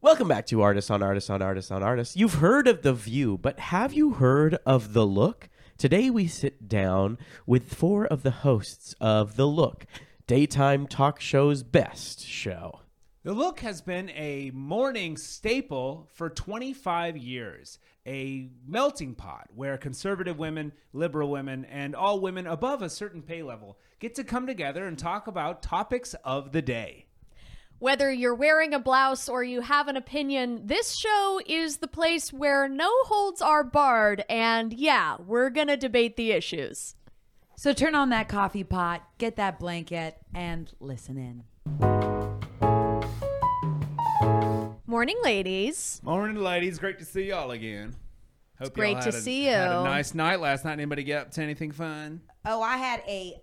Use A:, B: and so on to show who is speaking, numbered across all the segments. A: Welcome back to Artists on Artists on Artists on Artists. You've heard of The View, but have you heard of The Look? Today we sit down with four of the hosts of The Look, daytime talk show's best show.
B: The look has been a morning staple for 25 years, a melting pot where conservative women, liberal women, and all women above a certain pay level get to come together and talk about topics of the day.
C: Whether you're wearing a blouse or you have an opinion, this show is the place where no holds are barred, and yeah, we're gonna debate the issues.
D: So turn on that coffee pot, get that blanket, and listen in.
C: Morning, ladies.
B: Morning, ladies. Great to see y'all again. Hope
C: great
B: y'all
C: to
B: had a,
C: see
B: Had a
C: you.
B: nice night last night. Anybody get up to anything fun?
D: Oh, I had a,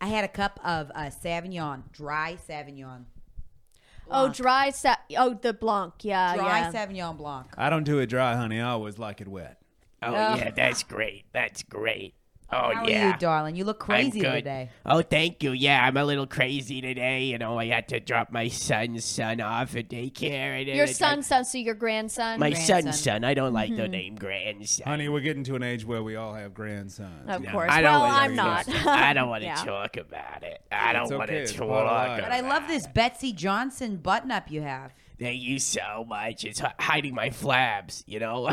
D: I had a cup of uh, Sauvignon, dry Sauvignon,
C: Oh, dry sa- Oh, the Blanc. Yeah,
D: dry
C: yeah.
D: Sauvignon Blanc.
B: I don't do it dry, honey. I always like it wet.
E: Oh yeah, that's great. That's great. Oh
D: How
E: yeah.
D: are you, darling? You look
E: I'm
D: crazy
E: good.
D: today.
E: Oh, thank you. Yeah, I'm a little crazy today. You know, I had to drop my son's son off at daycare. And then I
C: your
E: dropped-
C: son, son, so your grandson.
E: my
D: Grandson. Mm-hmm.
E: son's son. I don't like the name grandson.
B: Honey, we're getting to an age where we all have grandsons.
C: of
B: Yeah.
C: course.
E: I don't
C: well,
E: wanna
C: I'm
E: do
C: not.
E: this. I don't want to
C: Yeah.
E: talk about it. I don't
B: It's
E: want
B: okay.
E: to
B: It's
E: talk
B: part of life.
E: about it.
B: But
D: But I love this Betsy Johnson button up you have.
E: Thank you so much. It's hi- hiding my flabs, you know?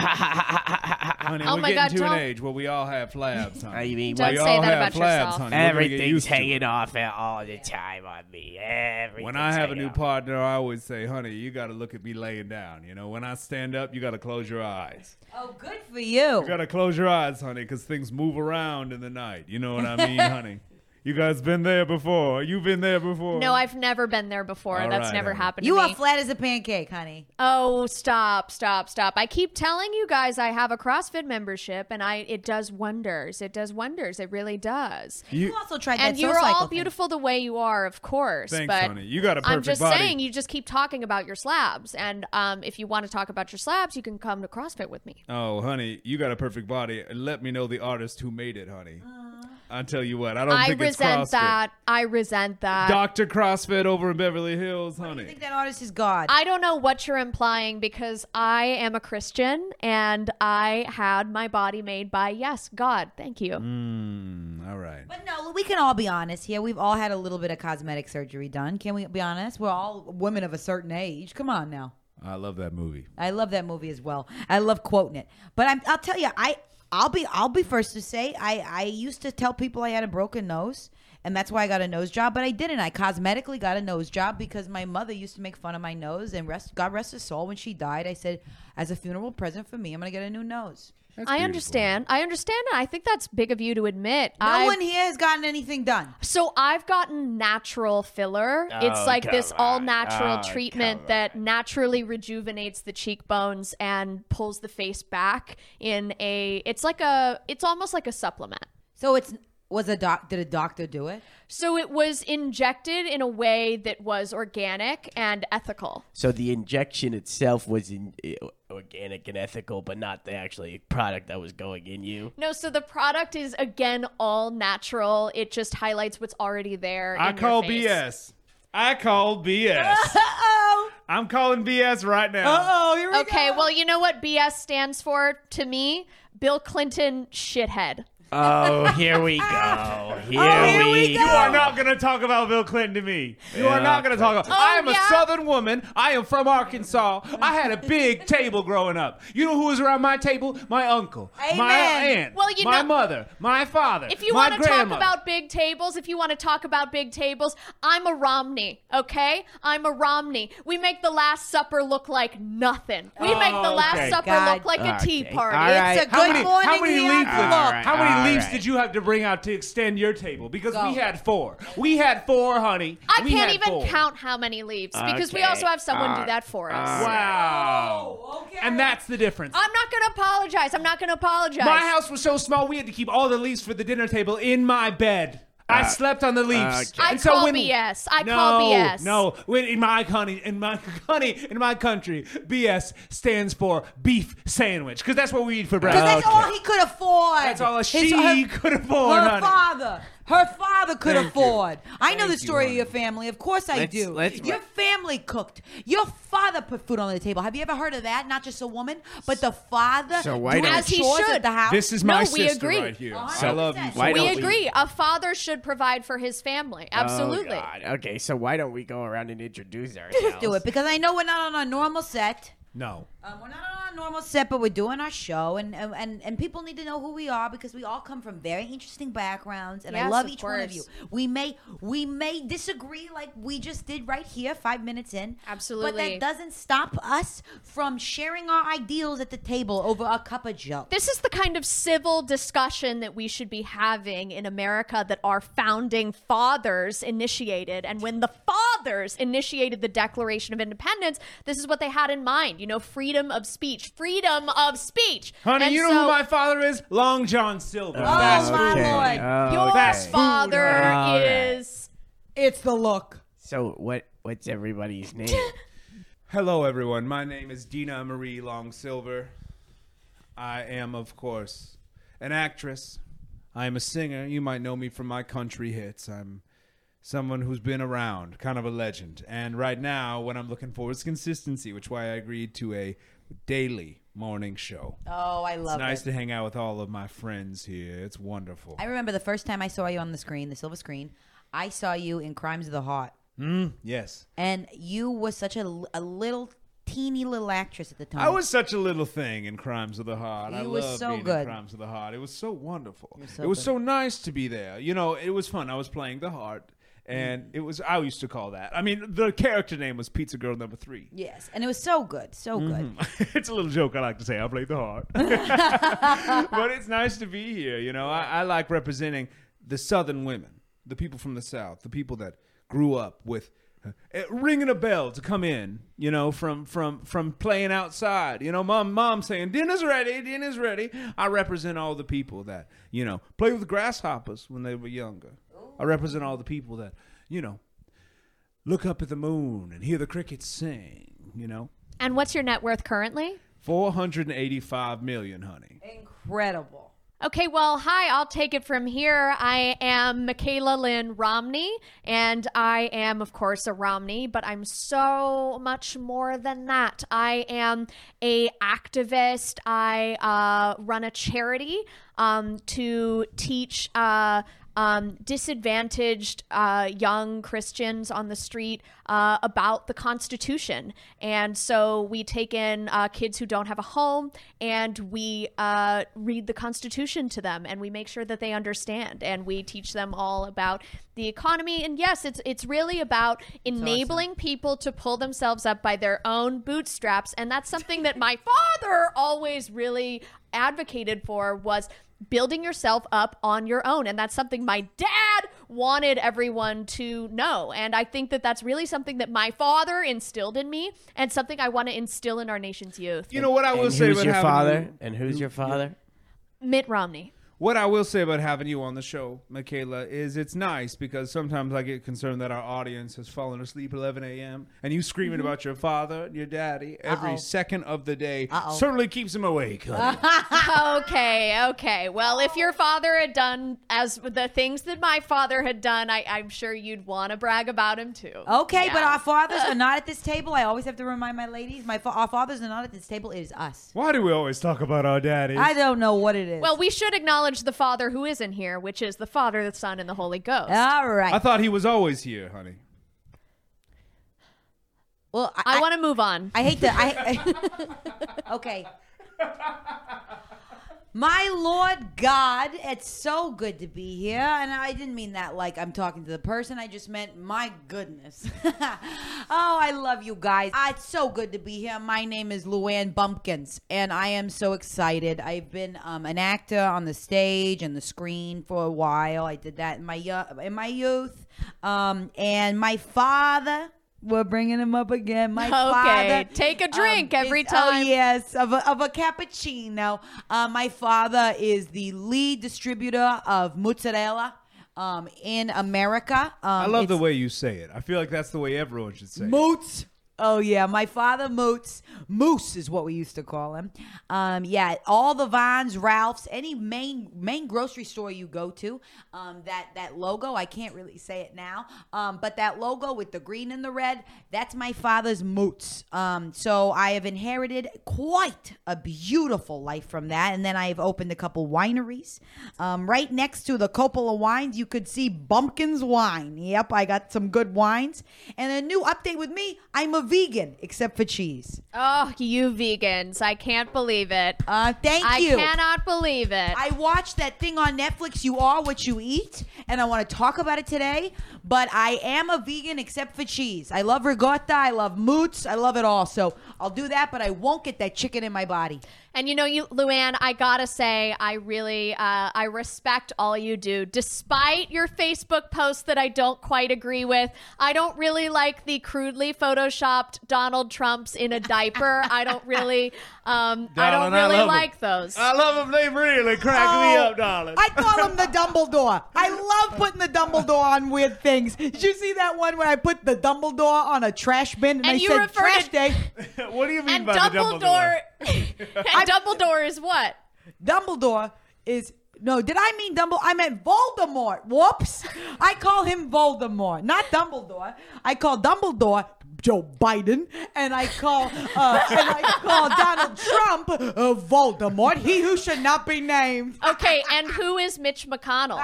B: Honey,
C: Oh
B: we're
C: my
B: getting
C: God,
B: to
C: don't-
B: an age where we all have flabs, honey.
E: I mean,
C: Don't
B: we
E: what-
C: say
B: all
C: that
B: have
C: about
B: flabs,
C: yourself.
B: honey. We're gonna get
E: everything's
B: used to it.
E: hanging off at all the time on me. Everything's
B: When I have a
E: hanging
B: new
E: off.
B: partner, I always say, honey, you got to look at me laying down. You know, when I stand up, you got to close your eyes.
D: Oh, good for you.
B: You got to close your eyes, honey, because things move around in the night. You know what I mean, honey? You guys been there before. You've been there before.
C: No, I've never been there before.
B: All
C: That's
B: right,
C: never
B: honey.
C: happened to
D: You
C: me.
D: are flat as a pancake, honey.
C: Oh, stop, stop, stop. I keep telling you guys I have a CrossFit membership and I it does wonders. It does wonders. It really does.
B: You,
D: You also tried
C: And
D: that
C: you're
D: soul cycle
C: all
D: thing.
C: beautiful the way you are, of course.
B: thanks,
C: but
B: honey. You got a perfect
C: I'm just
B: body.
C: saying you just keep talking about your slabs. And um, if you want to talk about your slabs, you can come to CrossFit with me.
B: oh, honey, you got a perfect body. Let me know the artist who made it, honey. I tell you what, I don't
C: I
B: think
C: resent
B: it's CrossFit.
C: that. I resent that.
B: Doctor CrossFit over in Beverly Hills,
D: I
B: honey.
D: think that artist is God.
C: I don't know what you're implying because I am a Christian and I had my body made by yes, God. Thank you.
B: Mm, all right.
D: But no, we can all be honest here. We've all had a little bit of cosmetic surgery done. Can we be honest? We're all women of a certain age. Come on now.
B: I love that movie.
D: I love that movie as well. I love quoting it. But I'm, I'll tell you, I I'll be I'll be first to say I I used to tell people I had a broken nose. And that's why I got a nose job, but I didn't. I cosmetically got a nose job because my mother used to make fun of my nose. And rest, God rest her soul, when she died, I said, as a funeral present for me, I'm gonna get a new nose.
C: I understand. I understand. I think that's big of you to admit.
D: No
C: I
D: one here has gotten anything done.
C: so I've gotten natural filler.
E: Oh,
C: it's like this
E: come
C: all
E: on.
C: natural
E: Oh,
C: treatment
E: come
C: that naturally rejuvenates the cheekbones and pulls the face back in a it's like a it's almost like a supplement.
D: So it's was a doc? Did a doctor do it?
C: So it was injected in a way that was organic and ethical.
E: So the injection itself was in, uh, organic and ethical, but not the actually product that was going in you.
C: No, so the product is again all natural. It just highlights what's already there.
B: I
C: in your
B: call
C: face.
B: BS. I call BS.
D: Oh,
B: I'm calling BS right now.
D: oh, here we
C: Okay, well, you know what BS stands for to me? Bill Clinton shithead.
E: Oh, here we go. Here,
B: Oh,
D: here we
E: we Oh,
D: go.
B: You are not going to talk about Bill Clinton to me. You are not going to talk about.
C: Oh,
B: I am a
C: yeah?
B: Southern woman. I am from Arkansas. I had a big table growing up. You know who was around my table? My uncle, my
D: Amen.
B: aunt,
C: Well, you
B: my
C: know-
B: mother, my father.
C: If you
B: my
C: want to talk
B: grandmother.
C: about big tables, if you want to talk about big tables, I'm a Romney, okay? I'm a Romney. We make the Last Supper look like nothing. We make the Last
B: Oh, okay.
C: Supper
D: God.
C: look like a tea
E: Okay.
C: party.
E: All right.
D: It's a
B: How
D: good
B: many,
D: morning
B: how many
D: here.
B: leaves?
D: Look.
E: All right.
B: How many
E: All
B: leaves
E: right.
B: did you have to bring out to extend your table? Because
D: Go.
B: we had four. We had four, honey.
C: I
B: We
C: can't
B: had
C: even
B: four.
C: count how many leaves because we
E: Okay.
C: also have someone do
E: Uh,
C: that for us.
B: Wow.
D: Oh, okay.
B: And that's the difference.
C: I'm not going to apologize. I'm not going to apologize.
B: My house was so small we had to keep all the leaves for the dinner table in my bed. I slept on the leaves.
E: Uh, okay.
C: I
B: And
C: call BS. I
B: no,
C: call BS.
B: No, when in my country, in my country, in my country, BS stands for beef sandwich because that's what we eat for breakfast.
D: Because that's all he could afford.
B: That's all
D: His-
B: she
D: her-
B: could afford,
D: Her
B: Oh, honey.
D: father. her father could afford. I know
B: Thank
D: the
B: you,
D: story of
B: honey.
D: your family. Of course I
E: Let's-
D: do.
E: let's-
D: your family cooked. Your father put food on the table. Have you ever heard of that? Not just a woman, but the father
E: So why
D: doing
E: don't-
C: As he
D: chores
C: should.
D: at the house.
B: This is
C: No,
B: my
C: we
B: sister
C: agree.
B: right here.
D: Uh-huh.
B: I love you.
D: So
E: why
C: we
E: don't
C: agree. A father should provide for his family.
E: Oh,
C: Absolutely.
E: God. Okay, so why don't we go around and introduce ourselves?
D: do it because I know we're not on a normal set.
B: No.
D: Um, we're not on a normal set, but we're doing our show, and and- and and people need to know who we are because we all come from very interesting backgrounds, and I
C: Yes,
D: love
C: of
D: each one of you.
C: course.
D: We may we may disagree, like we just did right here, five minutes in, but
C: Absolutely.
D: that doesn't stop us from sharing our ideals at the table over a cup of joe.
C: This is the kind of civil discussion that we should be having in America that our founding fathers initiated. And when the fathers initiated the Declaration of Independence, this is what they had in mind. You know, freedom of speech. Freedom of speech.
B: Honey,
C: And
B: you know
C: so
B: who my father is? Long John Silver.
D: Oh,
B: Fast
D: my
B: food.
D: lord.
C: your
B: Fast food.
C: father
E: All right.
C: is
D: It's the look.
E: So what? What's everybody's name?
B: Hello, everyone. My name is Dina Marie Long Silver. I am, of course, an actress. I am a singer. You might know me from my country hits. I'm someone who's been around, kind of a legend. And right now, what I'm looking for is consistency, which why I agreed to a daily morning show.
D: Oh, I love
B: Uh, It's nice
D: it.
B: to hang out with all of my friends here. It's wonderful.
D: I remember the first time I saw you on the screen, the silver screen. I saw you in Crimes of the Heart.
B: yes.
D: and you were such a, l- a little teeny little actress at the time.
B: I was such a little thing in Crimes of the Heart. I
D: You was
B: loved
D: so
B: being in
D: good.
B: Crimes of the Heart. It was so wonderful.
D: so
B: it was
D: good.
B: so nice to be there. You know, it was fun. I was playing the heart, and
D: Mm.
B: it was. I used to call that. I mean, the character name was Pizza Girl Number Three.
D: yes, and it was so good, so good.
B: it's a little joke I like to say. I played the heart, but it's nice to be here. You know, I, I like representing the Southern women, the people from the South, the people that grew up with uh, it- ringing a bell to come in. You know, from from from playing outside. You know, mom mom saying dinner's ready, dinner's ready. I represent all the people that you know played with grasshoppers when they were younger. I represent all the people that you know look up at the moon and hear the crickets sing. You know.
C: And what's your net worth currently?
B: 485 million, honey.
D: Incredible.
C: Okay, well, hi, I'll take it from here. I am Michaela Lynn Romney, and I am, of course, a Romney, but I'm so much more than that. I am a activist. I uh, run a charity um, to teach uh, um, disadvantaged uh, young Christians on the street uh, about the Constitution. And so we take in uh, kids who don't have a home and we uh, read the Constitution to them and we make sure that they understand and we teach them all about the economy. And yes, it's, it's really about enabling people to pull themselves up by their own bootstraps. And that's something that my father always really advocated for was building yourself up on your own and that's something my dad wanted everyone to know and i think that that's really something that my father instilled in me and something i want to instill in our nation's youth
B: You know what I will
E: and
B: say
E: who's
B: about
E: your
B: having
E: father?
B: you-
E: and who's your father?
C: mitt romney
B: What I will say about having you on the show, Michaela, is it's nice because sometimes I get concerned that our audience has fallen asleep at 11 a.m. and you screaming about your father and your daddy every
D: Uh-oh.
B: second of the day
D: Uh-oh.
B: certainly keeps him awake. honey.
C: okay okay well if your father had done as the things that my father had done I, i'm sure you'd want to brag about him too
D: Okay, but
C: Yeah.
D: our fathers are not at this table. I always have to remind my ladies, my fa- our fathers are not at this table. It is us.
B: Why do we always talk about our daddy?
D: I don't know what it is.
C: well we should acknowledge the father who isn't here which is the father the son and the holy ghost
D: all right.
B: I thought he was always here, honey.
D: well, I,
C: i want to move on
D: I hate that. I okay. My Lord God, it's so good to be here, and I didn't mean that like I'm talking to the person. I just meant my goodness. oh, I love you guys. Ah, it's so good to be here. My name is Luann Bumpkins, and I am so excited. I've been um, an actor on the stage and the screen for a while. I did that in my yo- in my youth, um, and my father. We're bringing him up again. My
C: Okay,
D: father. um,
C: take a drink every
D: is-
C: time.
D: Oh yes, of a, of a cappuccino. Uh, my father is the lead distributor of mozzarella um, in America. Um,
B: I love the
D: it's
B: way you say it. I feel like that's the way everyone should say it.
D: moots. Oh yeah, my father moots. Moose is what we used to call him. Um, yeah, all the Vons, Ralphs, any main main grocery store you go to, um, that that logo. I can't really say it now, um, but that logo with the green and the red. That's my father's moots. Um, so I have inherited quite a beautiful life from that, and then I have opened a couple wineries. Um, right next to the Coppola Wines, you could see Bumpkins Wine. Yep, I got some good wines, and a new update with me. I'm a vegan except for cheese.
C: Oh, you vegans. I can't believe it.
D: Uh, thank
C: I
D: you.
C: cannot believe it.
D: I watched that thing on Netflix, You Are What You Eat, and I want to talk about it today. But I am a vegan except for cheese. I love ricotta, I love moots, I love it all. So I'll do that, but I won't get that chicken in my body.
C: And you know, you, Luann, I gotta say, I really, uh, I respect all you do, despite your Facebook posts that I don't quite agree with. I don't really like the crudely photoshopped Donald Trumps in a diaper. I don't really, um, I don't
B: Darling, I
C: really
B: love 'em.
C: like those.
B: I love them. They really crack me up, darling.
D: Oh, I call him the Dumbledore. I love putting the Dumbledore on weird things. Did you see that one where I put the Dumbledore on a trash bin and, I
C: you
D: said
C: referred
D: trash
C: to-
D: day?
B: what do you mean
C: and
B: by the
C: Dumbledore,
B: Dumbledore?
C: and Dumbledore is what?
D: Dumbledore is no. Did I mean Dumbledore? I meant Voldemort. Whoops! I call him Voldemort, not Dumbledore. I call Dumbledore Joe Biden, and I call uh, and I call Donald Trump uh, Voldemort. He who should not be named.
C: Okay, and who is Mitch McConnell?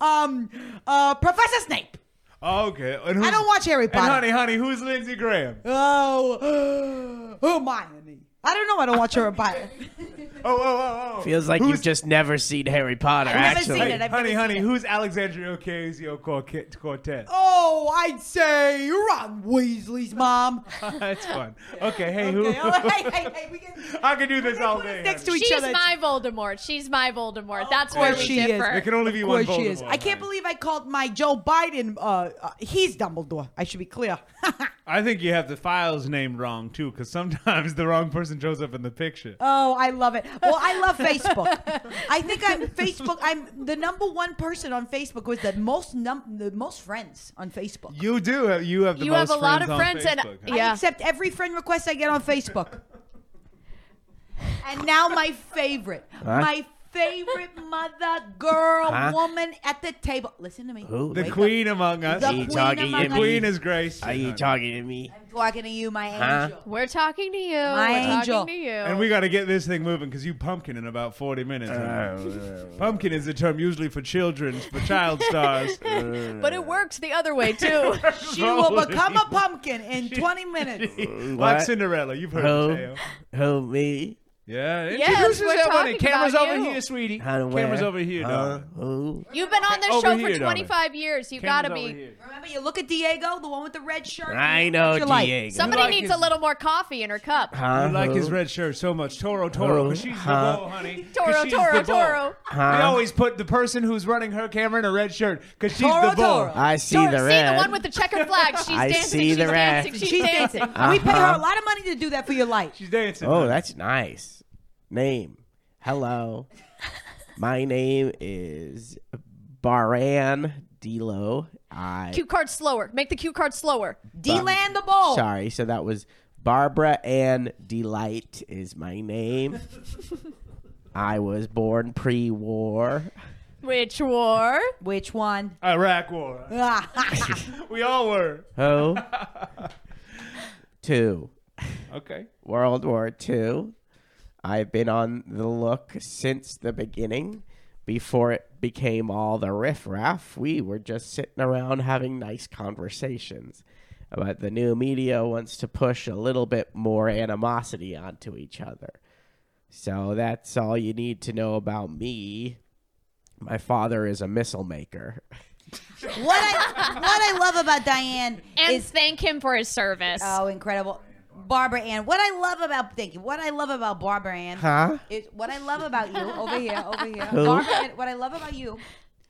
D: um, uh, Professor Snape.
B: Oh, Okay. And who's-
D: I don't watch Harry
B: And
D: Potter.
B: honey, honey, who's Lindsey Graham?
D: Oh, Hermione. I don't know. I don't watch Harry Potter.
B: Oh, oh, oh, oh.
E: Feels like
B: who's,
E: you've just never seen Harry Potter.
D: I've never
E: actually,
D: seen it. I've
B: honey,
D: never
B: honey,
D: seen it.
B: who's Alexandria Ocasio Cortez?
D: Oh, I'd say Ron Weasley's mom.
B: That's fun. Okay, hey, who?
D: Okay, all right, hey, hey, hey, we can-
B: I could do this all
D: put
B: day.
D: us next to
B: honey.
D: each
C: She's
D: other.
C: my Voldemort. She's my Voldemort. That's
D: course
C: where we
D: she is.
C: differ.
B: There can only be
D: Of
B: one
D: course she is.
B: Voldemort,
D: I can't
B: honey.
D: believe I called my Joe Biden. Uh, uh, he's Dumbledore. I should be clear.
B: I think you have the files named wrong too, because sometimes the wrong person shows up in the picture.
D: oh, I love it. Well, I love Facebook. I think I'm Facebook. I'm the number one person on Facebook with the most num- the most friends on Facebook.
B: you do. Have, you have the
C: You
B: most
C: have a
B: friends
C: lot of
B: on
C: friends and-
B: Facebook, huh?
D: I
C: Yeah.
D: accept every friend request I get on Facebook. and now my favorite, my favorite mother, girl,
E: Huh?
D: woman at the table. Listen to me.
E: Who?
B: the
D: Wake
B: queen among us.
D: The
E: Are you
D: queen
E: talking
D: among
E: to
D: us.
E: me?
B: Queen is grace.
E: Are you talking to me?
D: I'm talking to you, my
E: Huh?
D: angel.
C: We're talking to you.
D: My
C: We're
D: angel.
C: talking to you.
B: And we got to get this thing moving because you pumpkin in about 40 minutes.
E: Oh,
B: pumpkin is a term usually for children, for child stars.
C: but it works the other way too.
D: She will become a pumpkin in 20 minutes.
B: like
E: What?
B: Cinderella. You've heard the
E: Who?
B: tale.
E: Who? Me?
B: Yeah.
C: Yes,
B: Introduce
C: we're
B: yourself, honey.
C: talking
B: Camera's
C: about
B: over
C: you.
B: here, sweetie.
E: How to
B: Camera's
E: wear?
B: over here,
E: Huh?
B: darling.
E: Who?
C: You've been on this
B: Over
C: show
B: here,
C: for
B: darling.
C: 25 years. You
B: Camera's
C: gotta
B: over
C: be.
B: here.
D: Remember, you look at Diego, the one with the red shirt.
E: I
D: What's
E: know
D: your life?
E: Diego.
C: Somebody
B: like
C: needs
B: his-
C: a little more coffee in her cup.
E: Huh?
B: I like his
E: Who?
B: red shirt so much. Toro, Toro. Because she's
E: Uh-huh. Huh?
B: the bull, honey. 'Cause
C: Toro,
B: she's
C: Toro,
B: the bull.
C: Toro.
B: They always put the person who's running her camera in a red shirt because she's
D: Toro,
B: the bull.
D: Toro.
E: I see
C: Toro-
E: the red.
C: See the one with the checkered flag. She's
E: I
C: dancing.
E: see
C: she's
E: the red.
C: dancing. She's,
D: She's
C: dancing.
D: dancing. We pay her
E: Uh-huh.
D: a lot of money to do that for your life.
B: She's dancing.
E: Oh, that's nice. Name. Hello. My name is Baran Dilo. I
C: Cue card slower. Make the cue card slower.
D: D-Land the ball.
E: sorry. So that was Barbara Ann Delight is my name. I was born pre-war.
C: Which war?
D: Which one?
B: Iraq War. We all were.
E: Who? Two.
B: Okay.
E: World War II. I've been on the look since the beginning. Before it became all the riffraff, we were just sitting around having nice conversations. But the new media wants to push a little bit more animosity onto each other. So that's all you need to know about me. My father is a missile maker.
D: what, I, what I love about Diane
C: And
D: is
C: thank him for his service.
D: Oh, incredible. Barbara Ann. What I love about thank you. What I love about Barbara Ann
E: Huh?
D: is what I love about you over here, over here.
E: Who?
D: Barbara Ann, what I love about you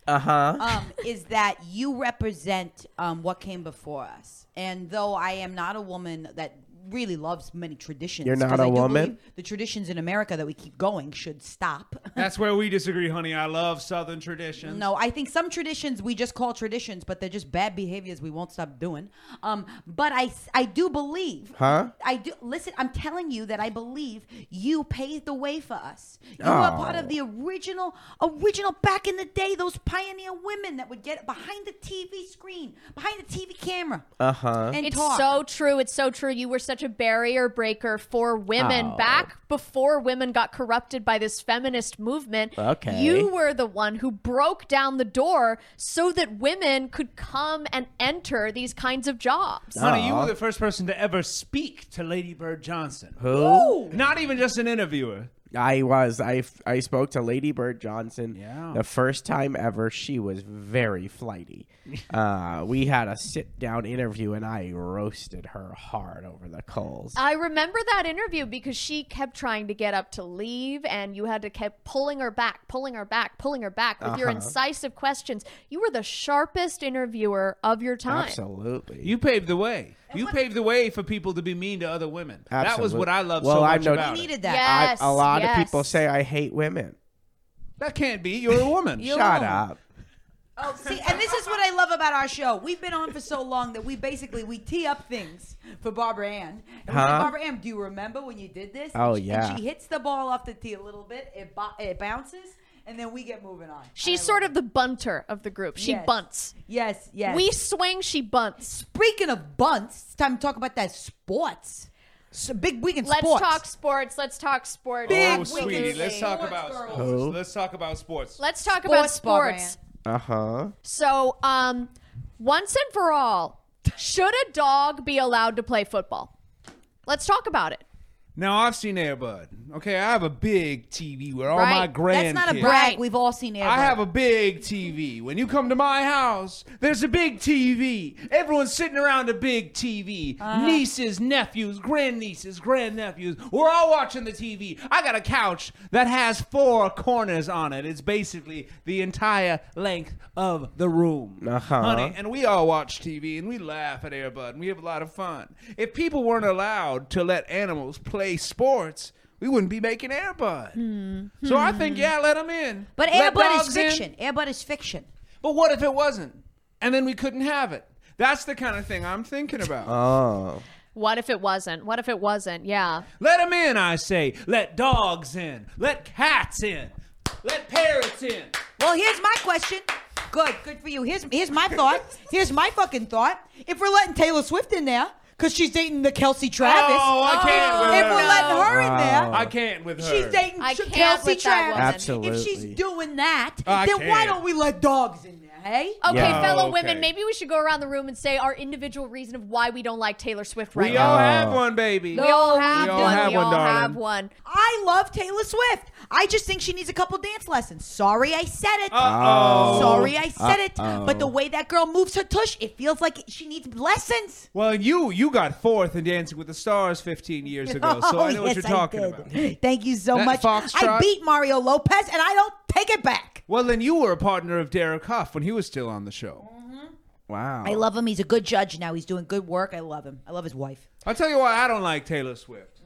E: Uh huh.
D: um, is that you represent um, what came before us. And though I am not a woman that really loves many traditions.
E: You're not
D: 'cause
E: a
D: I do
E: woman?
D: believe The traditions in America that we keep going should stop.
B: That's where we disagree, honey. I love Southern traditions.
D: No, I think some traditions we just call traditions, but they're just bad behaviors we won't stop doing. Um, but I, I do believe.
E: Huh?
D: I do. Listen, I'm telling you that I believe you paved the way for us. You were part of the original, original back in the day. Those pioneer women that would get behind the TV screen, behind the TV camera,
E: Uh huh.
D: and
C: It's
D: talk.
C: so true. It's so true. You were such a barrier breaker for women
E: Oh.
C: back before women got corrupted by this feminist movement.
E: Okay.
C: You were the one who broke down the door so that women could come and enter these kinds of jobs.
B: Honey, you
E: Aw.
B: were the first person to ever speak to Lady Bird Johnson.
E: Who?
B: Not even just an interviewer.
E: I was. I, f- I spoke to Lady Bird Johnson
B: Yeah.
E: the first time ever. She was very flighty. uh, we had a sit down interview and I roasted her hard over the coals.
C: I remember that interview because she kept trying to get up to leave, and you had to keep pulling her back, pulling her back, pulling her back with
E: Uh-huh.
C: your incisive questions. You were the sharpest interviewer of your time.
E: Absolutely.
B: You paved the way. You paved the way for people to be mean to other women. That was
E: Absolute-
B: what I loved
E: Well,
B: so
E: I
B: much
E: know-
B: about
D: we
B: it.
D: needed that.
E: I-
C: Yes,
E: a lot of people
C: yes.
E: say I hate women.
B: That can't be. You're a woman.
E: Shut up.
D: Oh, see, and this is what I love about our show. We've been on for so long that we basically we tee up things for Barbara Ann. And we say,
E: Huh?
D: Barbara Ann, do you remember when you did this?
E: Oh,
D: and she,
E: yeah.
D: And she hits the ball off the tee a little bit. It bo- it bounces, and then we get moving on.
C: She's sort of the bunter of the group. She
D: Yes.
C: bunts.
D: yes, yes.
C: We swing, she bunts.
D: speaking of bunts. It's time to talk about that sports. So big weekend
C: Let's
D: sports.
C: talk sports. Let's talk sports.
D: Big
B: Oh, sweetie,
D: weekend
B: let's talk
D: sports
B: about
D: girls.
B: sports.
E: Who?
B: Let's talk about sports.
C: Let's talk about
D: Sports, Barbara
C: sports.
E: Uh huh.
C: So, um, once and for all, should a dog be allowed to play football? Let's talk about it.
B: Now I've seen Airbud. Okay, I have a big TV where all my
C: Right.
B: grandkids.
D: That's not a brag.
C: Right.
D: We've all seen it.
B: I have a big TV. When you come to my house, there's a big TV. Everyone's sitting around a big TV. Nieces, nephews, grandnieces, grandnephews. We're all watching the TV. I got a couch that has four corners on it. It's basically the entire length of the room.
E: Uh-huh.
B: Honey, and we all watch TV and we laugh at Airbud and we have a lot of fun. If people weren't allowed to let animals play sports, we wouldn't be making Airbud. So I think, yeah, let them in.
D: Hmm. But
B: Let
D: Airbud is
B: dogs in.
D: fiction. Airbud is fiction.
B: But what if it wasn't? And then we couldn't have it. That's the kind of thing I'm thinking about.
E: Oh.
C: What if it wasn't? What if it wasn't? Yeah.
B: Let them in, I say. Let dogs in. Let cats in. Let parrots in.
D: Well, here's my question. Good, good for you. Here's here's my thought. Here's my fucking thought. If we're letting Taylor Swift in there, because she's dating the Kelsey Travis.
B: Oh, I can't with
D: If
B: her.
D: we're letting her in there,
B: I can't with her.
D: she's dating
C: I
D: Tr-
C: can't
D: Kelsey
C: with that
D: Travis.
C: woman.
D: If she's
E: Absolutely.
D: doing that,
B: Oh, I
D: then why
B: can't.
D: don't we let dogs in there? Hey.
C: Okay,
E: Yeah.
C: fellow
B: Oh, okay.
C: women, maybe we should go around the room and say our individual reason of why we don't like Taylor Swift right
B: We
C: now.
B: all have one, baby.
C: we all have
B: we all
C: one.
B: have
C: we
B: one,
C: all
B: darling.
C: have one.
D: I love Taylor Swift. I just think she needs a couple dance lessons. Sorry, I said it.
B: Uh-oh.
D: Sorry, I said it. But the way that girl moves her tush, it feels like she needs lessons.
B: Well, you you got fourth in Dancing with the Stars 15 years ago, so I know what
D: Oh, yes,
B: you're talking
D: did.
B: about.
D: Thank you so
B: That
D: much. I
B: foxtrot-
D: beat Mario Lopez, and I don't take it back.
B: Well, then you were a partner of Derek Huff when he was still on the show.
E: Wow.
D: I love him. He's a good judge now. He's doing good work. I love him. I love his wife.
B: I'll tell you why I don't like Taylor Swift.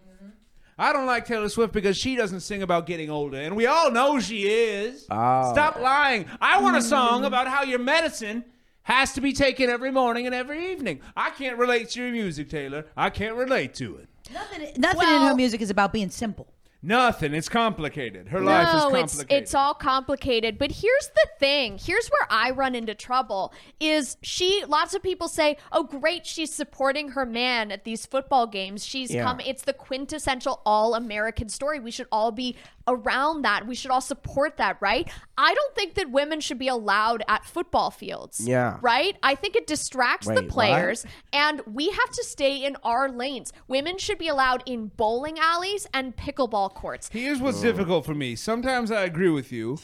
B: I don't like Taylor Swift because she doesn't sing about getting older, and we all know she is.
E: Oh.
B: Stop lying. I want a song about how your medicine has to be taken every morning and every evening. I can't relate to your music, Taylor. I can't relate to it.
D: Nothing, nothing in
C: Well-
D: her music is about being simple.
B: Nothing. It's complicated. Her life is
C: no, it's
B: complicated.
C: it's all complicated. But here's the thing. Here's where I run into trouble is she lots of people say, "Oh great, she's supporting her man at these football games. She's
E: Yeah.
C: come it's the quintessential all-American story. We should all be around that. We should all support that, right? I don't think that women should be allowed at football fields.
E: Yeah.
C: Right? I think it distracts
E: Wait,
C: the
E: what?
C: players and we have to stay in our lanes. Women should be allowed in bowling alleys and pickleball courts.
B: Here's what's difficult for me. Sometimes I agree with you.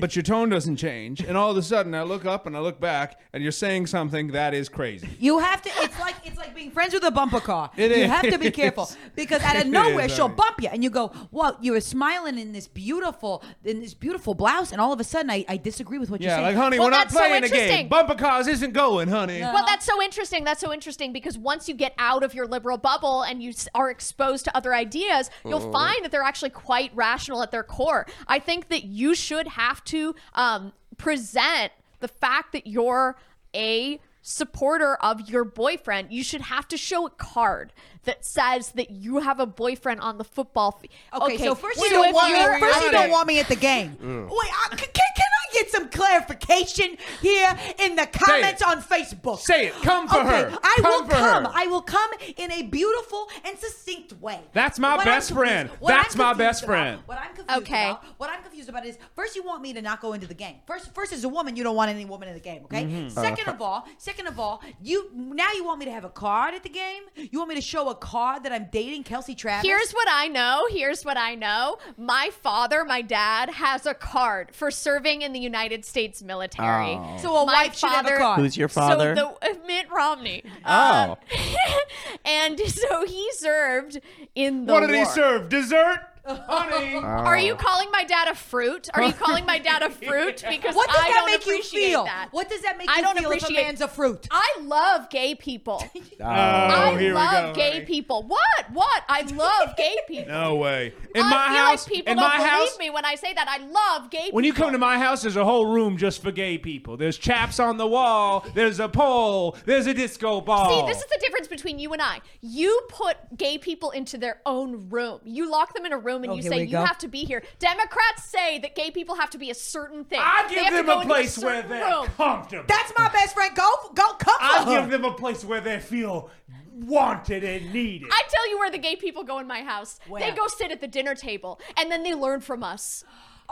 F: but your tone doesn't change. And all of a sudden, I look up and I look back, and you're saying something that is crazy.
D: You have to. It's like it's like being friends with a bumper car.
F: It
D: you
F: is.
D: have to be careful because out of
F: It
D: nowhere
F: is, I
D: she'll
F: mean.
D: bump you, and you go, "Well, you were smiling in this beautiful in this beautiful blouse," and all of a sudden I, I disagree with what
F: Yeah,
D: you're
F: like,
D: saying.
F: honey,
C: Well,
F: we're not
C: that's so
F: playing a
C: interesting.
F: game. Bumper cars isn't going, honey.
C: Well, that's so interesting. That's so interesting because once you get out of your liberal bubble and you s- are exposed to other ideas, you'll find that they're actually quite rational at their core. I think that you should have to um, present the fact that you're a supporter of your boyfriend. You should have to show a card that says that you have a boyfriend on the football field.
D: Okay, so first you
C: so
D: don't
C: if
D: want me.
C: you're-
D: First you don't want me at the game.
F: Mm.
D: Wait, I, can, can can I get some clarification here in the comments
F: it.
D: on Facebook?
F: Say it. Come for
D: okay,
F: her.
D: I
F: Come
D: will
F: for
D: come.
F: her.
D: I will come in a beautiful and succinct way.
B: That's my
D: What
B: best
D: I'm confused-
B: friend.
D: what I'm
B: That's my
D: confused
B: best
D: about-
B: friend.
D: What I'm confused
C: Okay.
D: about. What I'm confused about is first you want me to not go into the game. First, first as a woman, you don't want any woman in the game. Okay.
F: Mm-hmm.
D: Second
F: Uh-huh.
D: of all, second of all, you now you want me to have a card at the game. You want me to show a card that I'm dating Kelsey Travis.
C: Here's what I know. Here's what I know. My father, my dad, has a card for serving in the United States military.
F: Oh.
D: So a
C: My
D: wife should have a
C: father-
D: card.
A: Who's your father?
C: So the, uh, Mitt Romney. Oh. and so he served in the
F: what did he
C: war.
F: serve? Dessert? honey.
C: Are you calling my dad a fruit? Are you calling my dad a fruit? Because
D: What does
C: I
D: that
C: don't
D: make you
C: appreciate
D: feel?
C: that.
D: What does that make
C: I
D: you
C: don't
D: feel if
C: appreciate-
D: a man's a fruit?
C: I love gay people.
F: Oh,
C: I
F: here
C: love
F: we go.
C: gay
F: honey.
C: people. What? What? I love gay people.
F: No way. In
C: I
F: my
C: feel
F: house,
C: like people
F: in
C: don't
F: my
C: believe
F: house,
C: me when I say that. I love gay people.
B: When you come to my house, there's a whole room just for gay people. There's chaps on the wall. There's a pole. There's a disco
C: See,
B: ball.
C: this is the difference between you and I. You put gay people into their own room. You lock them in a room and
D: Oh,
C: you
D: here
C: say
D: we
C: you
D: go.
C: have to be here. Democrats say that gay people have to be a certain thing.
B: I
C: They
B: give
C: have to
B: them
C: go
B: a
C: into
B: place where
C: certain
B: they're
C: room.
B: comfortable.
D: That's my best friend. Go, go, come for
B: I
D: her.
B: give them a place where they feel wanted and needed.
C: I tell you where the gay people go in my house. They
D: Where?
C: go sit at the dinner table and then they learn from us.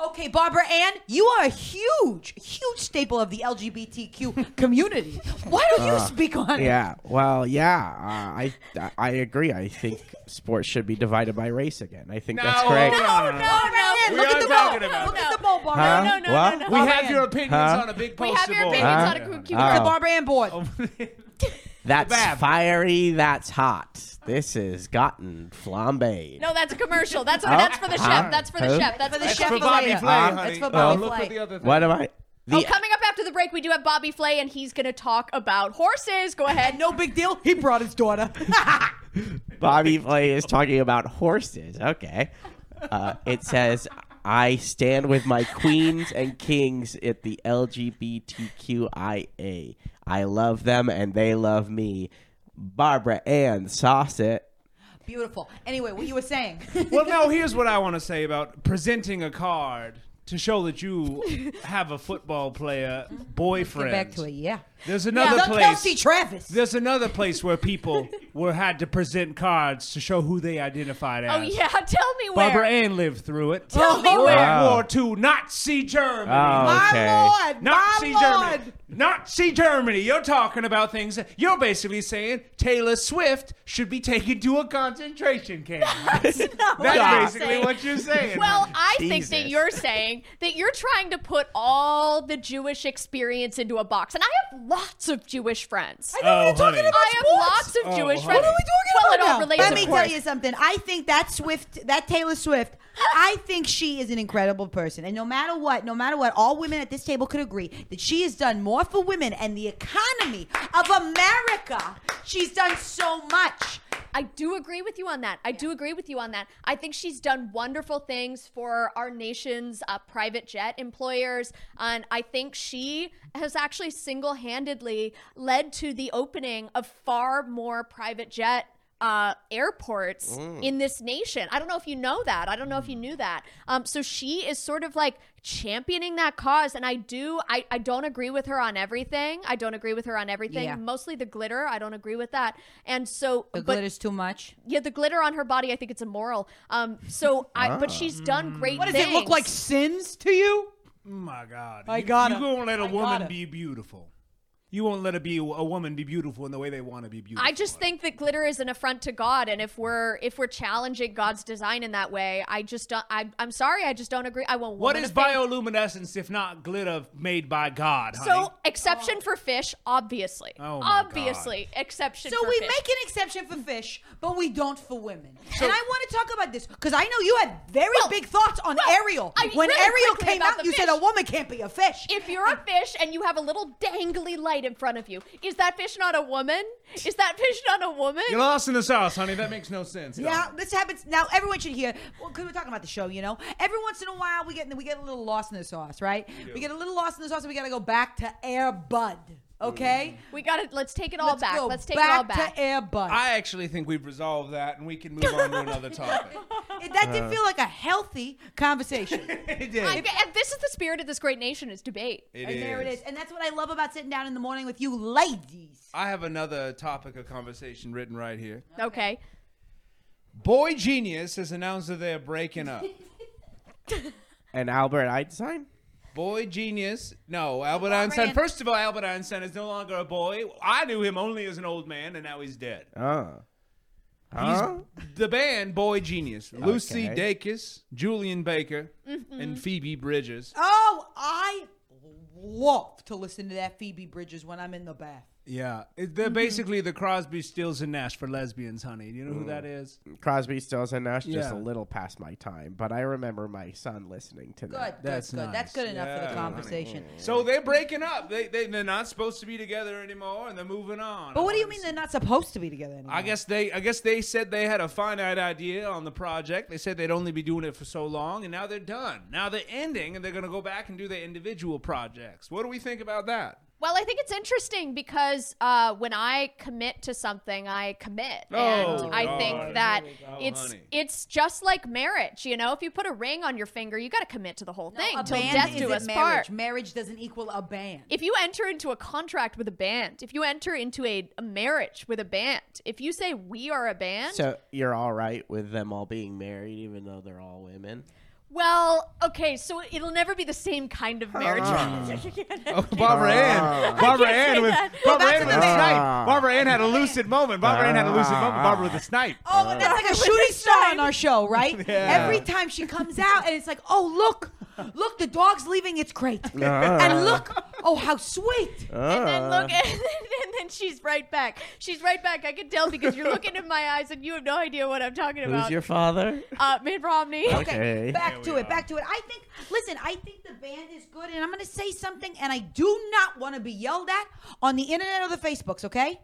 D: Okay, Barbara Ann, you are a huge, huge staple of the LGBTQ community. Why don't you speak on it?
E: Uh, Yeah. Well, yeah. Uh, I I agree. I think sports should be divided by race again. I think that's
F: No,
E: correct.
F: no.
D: Oh, no, Barbara Ann,
F: We
D: look
F: are
D: at the
F: talking
D: bowl.
F: about
D: Look
C: that.
D: at the bowl, Barbara
E: Huh?
D: Ann.
C: No, no, no,
E: What?
C: no.
F: We
D: Barbara
F: have
D: Ann.
F: your opinions
E: Huh?
F: on a big
C: We
F: poster
C: have your
F: board.
C: opinions
E: Huh?
C: on a cookie.
D: Look at
E: Oh.
D: the Barbara Ann board.
E: That's
B: Bab.
E: fiery. That's hot. This is gotten flambé.
C: No, that's a commercial. That's that's for the chef. That's for the
E: Huh?
C: chef. That's
D: For
C: for
D: the
C: the chef.
D: chef
F: for
D: later.
F: Bobby Flay,
E: Uh,
F: honey.
D: That's
B: Oh,
D: for Bobby
F: Look
D: Flay.
F: at the other thing.
E: What am I? The,
C: Oh, coming up after the break, we do have Bobby Flay, and he's going to talk about horses. Go ahead.
D: No big deal. He brought his daughter.
E: Bobby Flay is talking about horses. Okay. Uh, it says, I stand with my queens and kings at the LGBTQIA. I love them and they love me. Barbara Ann Sauce it.
D: Beautiful. Anyway, what you were saying?
B: well, no, here's what I want to say about presenting a card to show that you have a football player boyfriend.
D: Get back to it. Yeah.
B: There's another
D: Look,
B: place.
D: Kelsey Travis.
B: There's another place where people were had to present cards to show who they identified
C: Oh
B: as.
C: yeah, tell me where.
B: Barbara Ann lived through it.
D: Tell me
B: World
D: where.
B: War II, Nazi Germany.
E: Oh,
D: my
E: okay.
D: lord,
B: Nazi
D: my lord.
B: Germany. Nazi Germany. You're talking about things. You're basically saying Taylor Swift should be taken to a concentration camp. That's,
C: I'm
B: basically
C: saying.
B: what you're saying.
C: Well, I think that
E: Jesus.
C: you're saying that you're trying to put all the Jewish experience into a box, and I have lots of Jewish friends.
D: I know
B: Oh,
D: we're talking
B: honey.
D: about
C: I have
D: sports.
C: lots of
B: Oh,
C: Jewish
B: honey. What
C: friends.
B: are we
C: Well, it
D: now?
C: all relates.
D: Let
C: of
D: me
C: course.
D: tell you something. I think that Swift, that Taylor Swift, I think she is an incredible person. And no matter what, no matter what, all women at this table could agree that she has done more for women and the economy of America. She's done so much.
C: I do agree with you on that. I do agree with you on that. I think she's done wonderful things for our nation's uh, private jet employers. And I think she has actually single handedly led to the opening of far more private jet. Uh, airports
D: Mm.
C: in this nation. I don't know if you know that. I don't know if you knew that. Um, so she is sort of like championing that cause. And I do, I, I don't agree with her on everything. I don't agree with her on everything.
D: Yeah.
C: Mostly the glitter. I don't agree with that. And so,
D: The
C: but
D: glitter's too much.
C: yeah, the glitter on her body, I think it's immoral. Um, so I,
G: Ah.
C: but she's done great.
D: What does
C: things.
D: it look like sins to you?
B: Oh my God.
D: I
B: you,
D: gotta-
B: You gonna let a
D: I
B: woman
D: gotta.
B: be beautiful?
G: You won't let a be a woman be beautiful in the way they want to be beautiful.
C: I just think that glitter is an affront to God, and if we're if we're challenging God's design in that way, I just don't. I, I'm sorry, I just don't agree. I want
G: What
C: woman
G: is
C: to think-
G: bioluminescence if not glitter made by God, honey?
C: So exception for fish, obviously.
G: Oh my
C: obviously, exception.
D: So
C: for
D: we
C: fish.
D: make an exception for fish, but we don't for women. and I want to talk about this because I know you had very
C: Well,
D: big thoughts on
C: well,
D: Ariel.
C: I mean,
D: when
C: really
D: Ariel
C: quickly
D: came
C: about
D: out,
C: the
D: you said
C: fish.
D: a woman can't be a fish.
C: If you're a fish and you have a little dangly light in front of you, is that fish not a woman? Is that fish not a woman?
G: You're lost in the sauce, honey. That makes no sense. at
D: Yeah,
G: all.
D: this happens now. Everyone should hear because we're talking about the show, you know. Every once in a while, we get we get a little lost in the sauce, right? We get a little lost in the sauce, and we got to go back to Air Bud. Okay,
C: We gotta let's take it all back.
D: go
C: Let's take it all back.
D: to Air Bud.
B: I actually think we've resolved that and we can move on to another topic.
D: It- that did feel like a healthy conversation.
B: it did.
C: I- and this is the spirit of this great nation is debate.
B: It
D: and there it is, and that's what I love about sitting down in the morning with you ladies.
B: I have another topic of conversation written right here.
C: Okay.
B: Boy Genius has announced that they are breaking up.
E: And Albert Einstein?
B: Boy Genius. No, Albert Einstein. First of all, Albert Einstein is no longer a boy. I knew him only as an old man, and now he's dead.
E: Oh.
B: He's
E: Huh?
B: the band Boy Genius. Lucy
E: Okay.
B: Dacus, Julian Baker,
D: Mm-hmm.
B: and Phoebe Bridges.
D: Oh, I love to listen to that Phoebe Bridges when I'm in the bath.
G: Yeah. It-
D: Mm-hmm.
G: they're basically the Crosby, Stills, and Nash for lesbians, honey. Do you know who that
B: Mm.
G: is?
E: Crosby, Stills, and Nash, just
G: Yeah.
E: a little past my time, but I remember my son listening to
D: Good,
E: that.
G: That's
D: good, good.
G: nice.
D: That's good enough for
B: Yeah. Mm.
D: the conversation.
B: So they're breaking up. They, they they're not supposed to be together anymore, and they're moving on.
D: But what do you mean they're not supposed to be together anymore?
B: I guess they I guess they said they had a finite idea on the project. They said they'd only be doing it for so long, and now they're done. Now they're ending, and they're going to go back and do their individual projects. What do we think about that?
C: Well, I think it's interesting because uh, when I commit to something, I commit,
B: Oh,
C: and I
B: God.
C: think that
B: Oh,
C: it's
B: honey.
C: it's just like marriage. You know, if you put a ring on your finger, you got to commit to the whole thing
D: a
C: till
D: band
C: death
D: isn't
C: do us
D: marriage.
C: part.
D: Marriage doesn't equal a band.
C: If you enter into a contract with a band, if you enter into a, a marriage with a band, if you say we are a band,
E: So you're all right with them all being married, even though they're all women?
C: well, okay, so it'll never be the same kind of marriage.
B: Oh, Barbara
D: Ah.
B: Ann, Barbara Ann with Barbara
D: back
B: Ann
D: to
B: with
D: the
B: a
D: man.
B: snipe. Barbara Ann had a lucid moment. Barbara Ann had a lucid moment. Barbara with a snipe.
D: oh, and that's like a shooting star on our show, right? Every time she comes out, and it's like, oh look, look, the dog's leaving its crate, and look, oh how sweet.
C: and then look, and then, and then she's right back. She's right back. I can tell because you're looking in my eyes and you have no idea what I'm talking
E: Who's
C: about.
E: your father?
C: uh, Mitt Romney.
D: Okay,
E: Okay.
D: back to it, back to it. I think, listen, I think the band is good, and I'm going to say something, and I do not want to be yelled at on the internet or the Facebooks, okay?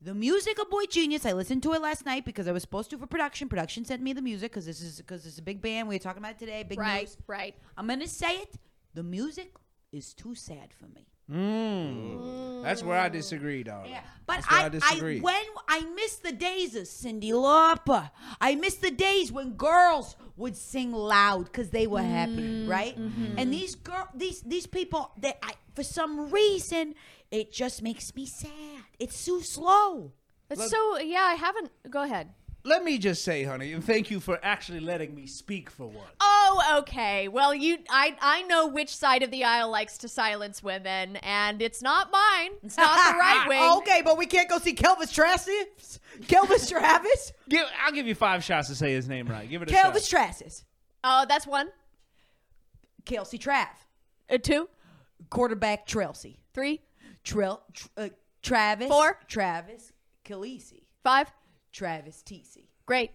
D: The music of Boy Genius, I listened to it last night because I was supposed to for production. Production sent me the music because this is because it's a big band. We were talking about it today, big
C: Right,
D: news.
C: right.
D: I'm gonna say it. The music is too sad for me. Oh.
B: That's where I disagree, darling.
D: Yeah, but
B: That's where
D: I, I, when I miss the days of Cindy Lauper, I miss the days when girls would sing loud because they were
C: Mm,
D: happy, right?
C: mm-hmm.
D: And these girl, these these people, that I, for some reason, it just makes me sad. It's too slow.
C: That's so, yeah, I haven't. Go ahead.
B: Let me just say, honey, and thank you for actually letting me speak for once.
C: Oh, okay. Well, you, I, I know which side of the aisle likes to silence women, and it's not mine. It's not the right wing.
D: okay, but we can't go see Kelvis Travis. Kelvis Travis.
B: Give, I'll give you five shots to say his name right. Give it a
D: Kelvis
B: shot.
D: Travis.
C: Oh, that's one,
D: Kelsey Trav.
C: uh, two,
D: Quarterback Trelsey.
C: three,
D: Trel. Tr- uh, Travis.
C: Four.
D: Travis Khaleesi.
C: five.
D: Travis Teesey.
C: Great.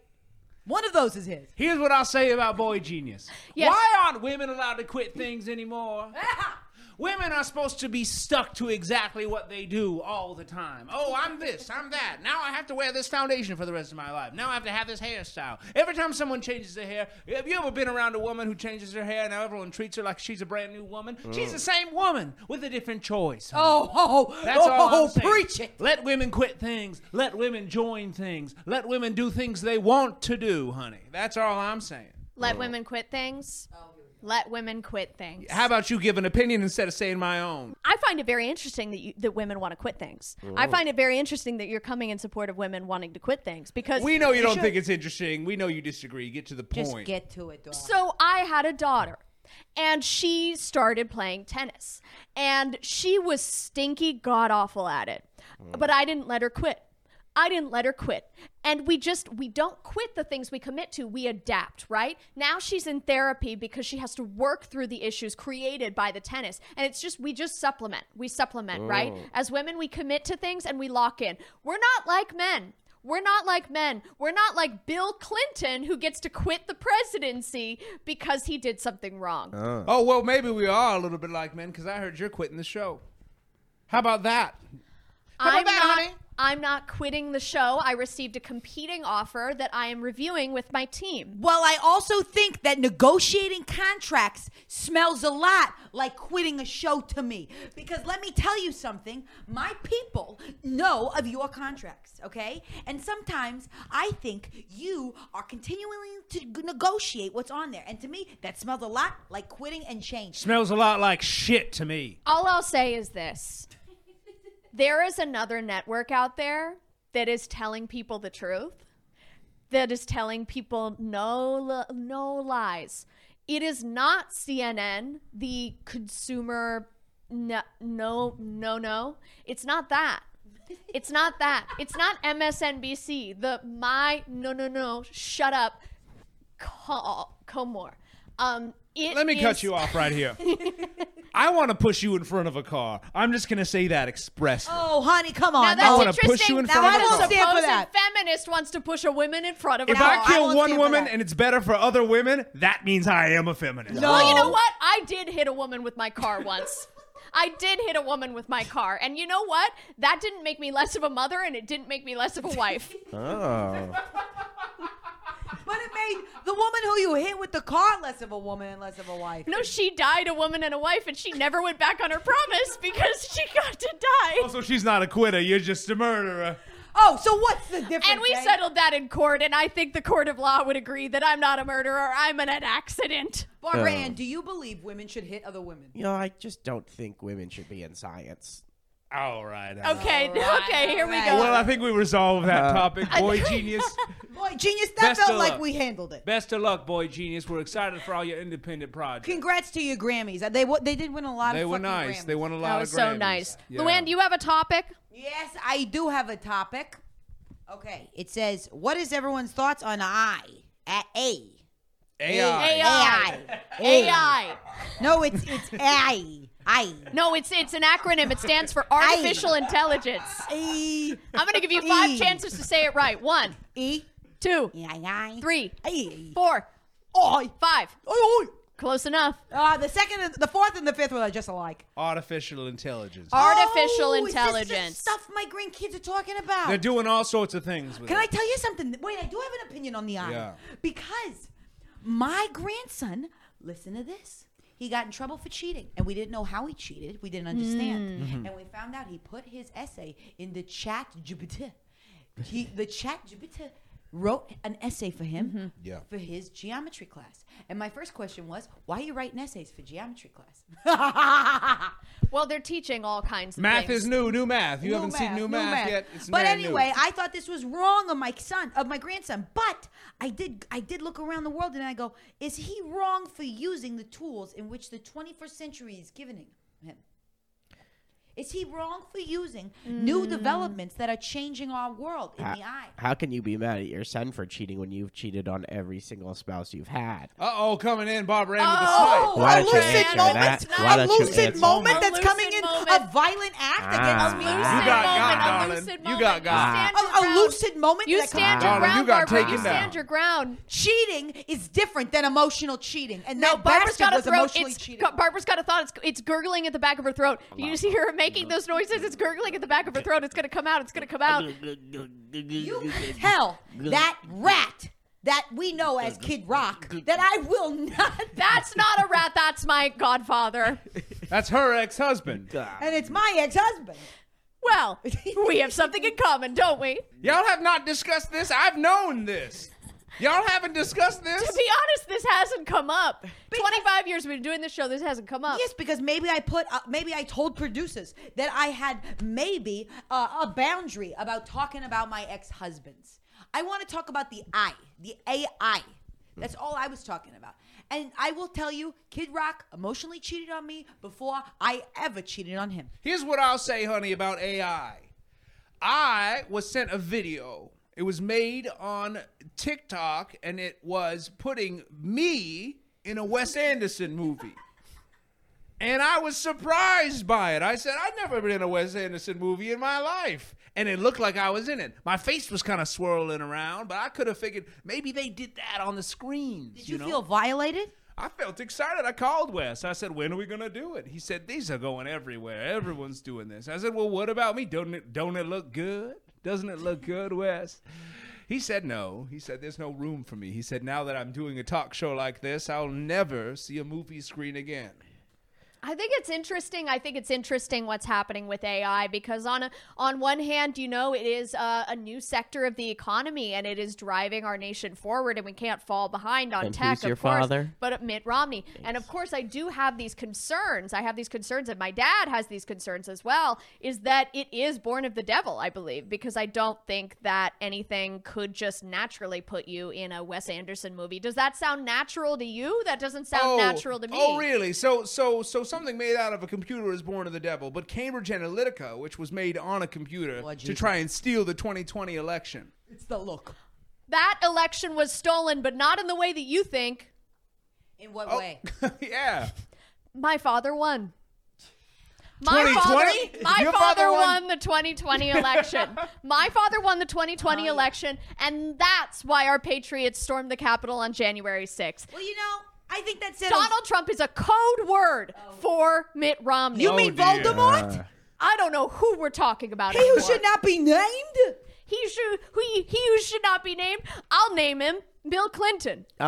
D: One of those is his.
B: Here's what I'll say about Boy Genius.
C: Yes.
B: Why aren't women allowed to quit things anymore? women are supposed to be stuck to exactly what they do all the time. Oh, I'm this, I'm that. Now I have to wear this foundation for the rest of my life. Now I have to have this hairstyle. Every time someone changes their hair, have you ever been around a woman who changes her hair and now everyone treats her like she's a brand new woman? She's the same woman with a different choice.
D: Oh, oh, oh,
B: That's
D: oh,
B: all I'm
D: oh,
B: saying.
D: preach it.
B: Let women quit things. Let women join things. Let women do things they want to do, honey. That's all I'm saying.
C: Let
E: Oh.
C: women quit things. Let women quit things.
B: How about you give an opinion instead of saying my own?
C: I find it very interesting that you, that women want to quit things. I
B: Mm.
C: find it very interesting that you're coming in support of women wanting to quit things because
B: We know you don't
C: Sure.
B: think it's interesting. We know you disagree. Get to the
D: Just
B: point.
D: get to it, dog.
C: So I had a daughter. and she started playing tennis. And she was stinky, god awful at it. But I didn't let her quit. I didn't let her quit. And we just, we don't quit the things we commit to. We adapt, right? Now she's in therapy because she has to work through the issues created by the tennis. And it's just, we just supplement. We supplement, right? As women, we commit to things and we lock in. We're not like men. We're not like men. We're not like Bill Clinton who gets to quit the presidency because he did something wrong.
B: Oh well, maybe we are a little bit like men because I heard you're quitting the show. How about that?
C: I'm
B: that,
C: not.
B: honey?
C: I'm not quitting the show. I received a competing offer that I am reviewing with my team.
D: Well, I also think that negotiating contracts smells a lot like quitting a show to me. Because let me tell you something my people know of your contracts, okay? And sometimes I think you are continually to g- negotiate what's on there. And to me, that smells a lot like quitting and change.
B: Smells a lot like shit to me.
C: All I'll say is this: there is another network out there that is telling people the truth, that is telling people no li- no lies. It is not CNN, the consumer. No, no, no, no. It's not that. It's not that. It's not MSNBC. The my no no no shut up. Call Comore. Um, it
B: Let me cut
C: is-
B: you off right here. I want to push you in front of a car. I'm just gonna say that expressly.
D: Oh, honey, come
C: Now
D: on.
C: that's
B: I wanna
C: interesting.
B: push you in
C: that
B: front of
C: a
B: a car.
D: I won't stand for
C: supposed
D: that.
C: feminist wants to push a woman in front of a
B: if
C: car.
B: I
D: I
B: kill
D: won't
B: one
D: stand for
B: woman
D: that.
B: and it's better for other women, that means I am a feminist.
D: No.
C: well, you know what? I did hit a woman with my car once. I did hit a woman with my car, and you know what? That didn't make me less of a mother, and it didn't make me less of a wife.
A: Oh.
D: But it made the woman who you hit with the car less of a woman and less of a wife.
C: No, she died a woman and a wife, and she never went back on her promise because she got to die.
B: Also, Oh, she's not a quitter. You're just a murderer.
D: Oh, so what's the difference?
C: And we
D: eh?
C: settled that in court, and I think the court of law would agree that I'm not a murderer. I'm an, an accident.
D: Barbara
A: Oh.
D: Ann, do you believe women should hit other women?
E: You know, I just don't think women should be in science.
B: All right. all right.
C: Okay, okay, here we
D: Alright.
C: go.
B: Well, I think we resolved that topic. Boy genius.
D: Boy, genius, that
B: Best
D: felt
B: of
D: like
B: luck.
D: we handled it.
B: Best of luck, boy genius. We're excited for all your independent projects.
D: Congrats to your Grammys. They wa- they did win a lot
B: they
D: of
B: were
D: fucking
B: nice.
D: Grammys.
B: They won a lot
C: that
B: of
C: was so
B: Grammys.
C: nice.
B: Yeah.
C: Luann, do you have a topic?
D: Yes, I do have a topic. Okay, it says, "What is everyone's thoughts on I at A
B: AI.
D: AI
C: AI.
D: No, it's it's AI I
C: No, it's it's an acronym. It stands for artificial intelligence.
D: E
C: I'm gonna give you five
D: E.
C: chances to say it right. One,
D: E
C: two,
D: I E, I
C: three,
D: I
C: four,
D: I
C: five.
D: I.
C: Close enough.
D: Uh, the second, and the fourth, and the fifth were just alike.
B: Artificial intelligence.
C: Artificial
D: Oh, it's just the
C: intelligence.
D: stuff my grandkids are talking about.
B: They're doing all sorts of things with
D: Can
B: it.
D: I tell you something? Wait, I do have an opinion on the eye.
B: Yeah.
D: Because my grandson, listen to this. He got in trouble for cheating, and we didn't know how he cheated. We didn't understand.
B: Mm-hmm.
D: And we found out he put his essay in the chat GPT. He, the chat GPT wrote an essay for him
B: Yeah.
D: for his geometry class. And my first question was, why are you writing essays for geometry class?
C: Well, they're teaching all kinds of
B: Math
C: things.
B: is new, new math. You
D: New
B: haven't seen new, math, yet. It's
D: but
B: brand
D: anyway,
B: new.
D: I thought this was wrong of my son, of my grandson. But I did, I did look around the world and I go, is he wrong for using the tools in which the 21st century is giving him? Is he wrong for using new
B: Mm.
D: developments that are changing our world in
E: How,
D: the eye?
E: how can you be mad at your son for cheating when you've cheated on every single spouse you've had?
B: Uh oh, coming in, Barbara Ann with the
D: Oh,
B: snipe.
E: Why
D: a
E: don't you
D: lucid
E: answer
D: moment,
E: that? Why
D: a
E: don't you
D: lucid
E: answer
D: moment
C: that?
D: that's
C: A
D: coming
C: lucid
D: in,
C: moment.
D: a violent act
E: Ah.
D: against
C: Lucid
D: me.
C: moment,
B: got God,
C: a
B: darling. You
C: lucid moment.
B: got God.
C: stand your
D: A- a
C: ground.
D: lucid moment
C: You
D: that
C: stand
D: comes-
C: your
B: Darling,
C: ground,
B: you got
C: Barbara. You
B: taken
C: stand
B: down.
C: your ground.
D: cheating is different than emotional cheating. And
C: No,
D: that
C: Barbara's
D: bastard
C: got a
D: was
C: throat.
D: emotionally
C: It's,
D: cheating.
C: got- Barbara's got a thought. It's, it's gurgling at the back of her throat. You just hear her making those noises. It's gurgling at the back of her throat. It's gonna come out. It's gonna come out.
D: you can tell that rat that we know as Kid Rock that I will not.
C: That's not a rat. That's my godfather.
B: That's her ex husband.
D: And it's my ex-husband.
C: Well, we have something in common, don't we?
B: Y'all have not discussed this. I've known this. Y'all haven't discussed
C: To
B: this.
C: be honest, this hasn't come up. 25 years we've been doing this show, this hasn't come up.
D: Yes, because maybe I put, uh, maybe I told producers that I had maybe uh, a boundary about talking about my ex-husbands. I want to talk about the I, the AI. That's all I was talking about. And I will tell you, Kid Rock emotionally cheated on me before I ever cheated on him.
F: Here's what I'll say, honey, about AI. I was sent a video. It was made on TikTok and it was putting me in a Wes Anderson movie. And I was surprised by it. I said, I'd never been in a Wes Anderson movie in my life. And it looked like I was in it. My face was kind of swirling around, but I could have figured maybe they did that on the screens.
D: Did you,
F: know?
D: feel violated?
F: I felt excited. I called Wes. I said, "When are we gonna do it?" He said, "These are going everywhere. Everyone's doing this." I said, "Well, what about me? Don't it don't it look good? Doesn't it look good, Wes?" He said, "No." He said, "There's no room for me." He said, "Now that I'm doing a talk show like this, I'll never see a movie screen again."
C: I think it's interesting. I think it's interesting what's happening with AI because on a, on one hand, you know, it is uh, a, a new sector of the economy and it is driving our nation forward, and we can't fall behind on
A: And
C: tech.
A: who's your
C: of course,
A: father?
C: But uh, Mitt Romney, and of course, I do have these concerns. I have these concerns, and my dad has these concerns as well. Is that it is born of the devil? I believe because I don't think that anything could just naturally put you in a Wes Anderson movie. Does that sound natural to you? That doesn't sound natural to me.
F: Oh, really? So, so, so something made out of a computer is born of the devil. But Cambridge Analytica, which was made on a computer
D: Lord
F: to
D: Jesus.
F: try and steal the 2020 election.
D: It's the look.
C: that election was stolen, but not in the way that you think.
D: In what way?
F: Oh,
B: Oh.
F: yeah.
C: My father won. My
F: 2020?
C: father, my
F: Your
C: father,
F: father won?
C: won the 2020 election. my father won the 2020 election, and that's why our patriots stormed the Capitol on January 6th.
D: Well, you know, I think that settles.
C: Donald Trump is a code word for Mitt Romney.
D: you mean
F: dear.
D: Voldemort?
C: I don't know who we're talking about.
D: he who
C: anymore.
D: should not be named.
C: he should who he, he who should not be named. I'll name him Bill Clinton.
D: Oh,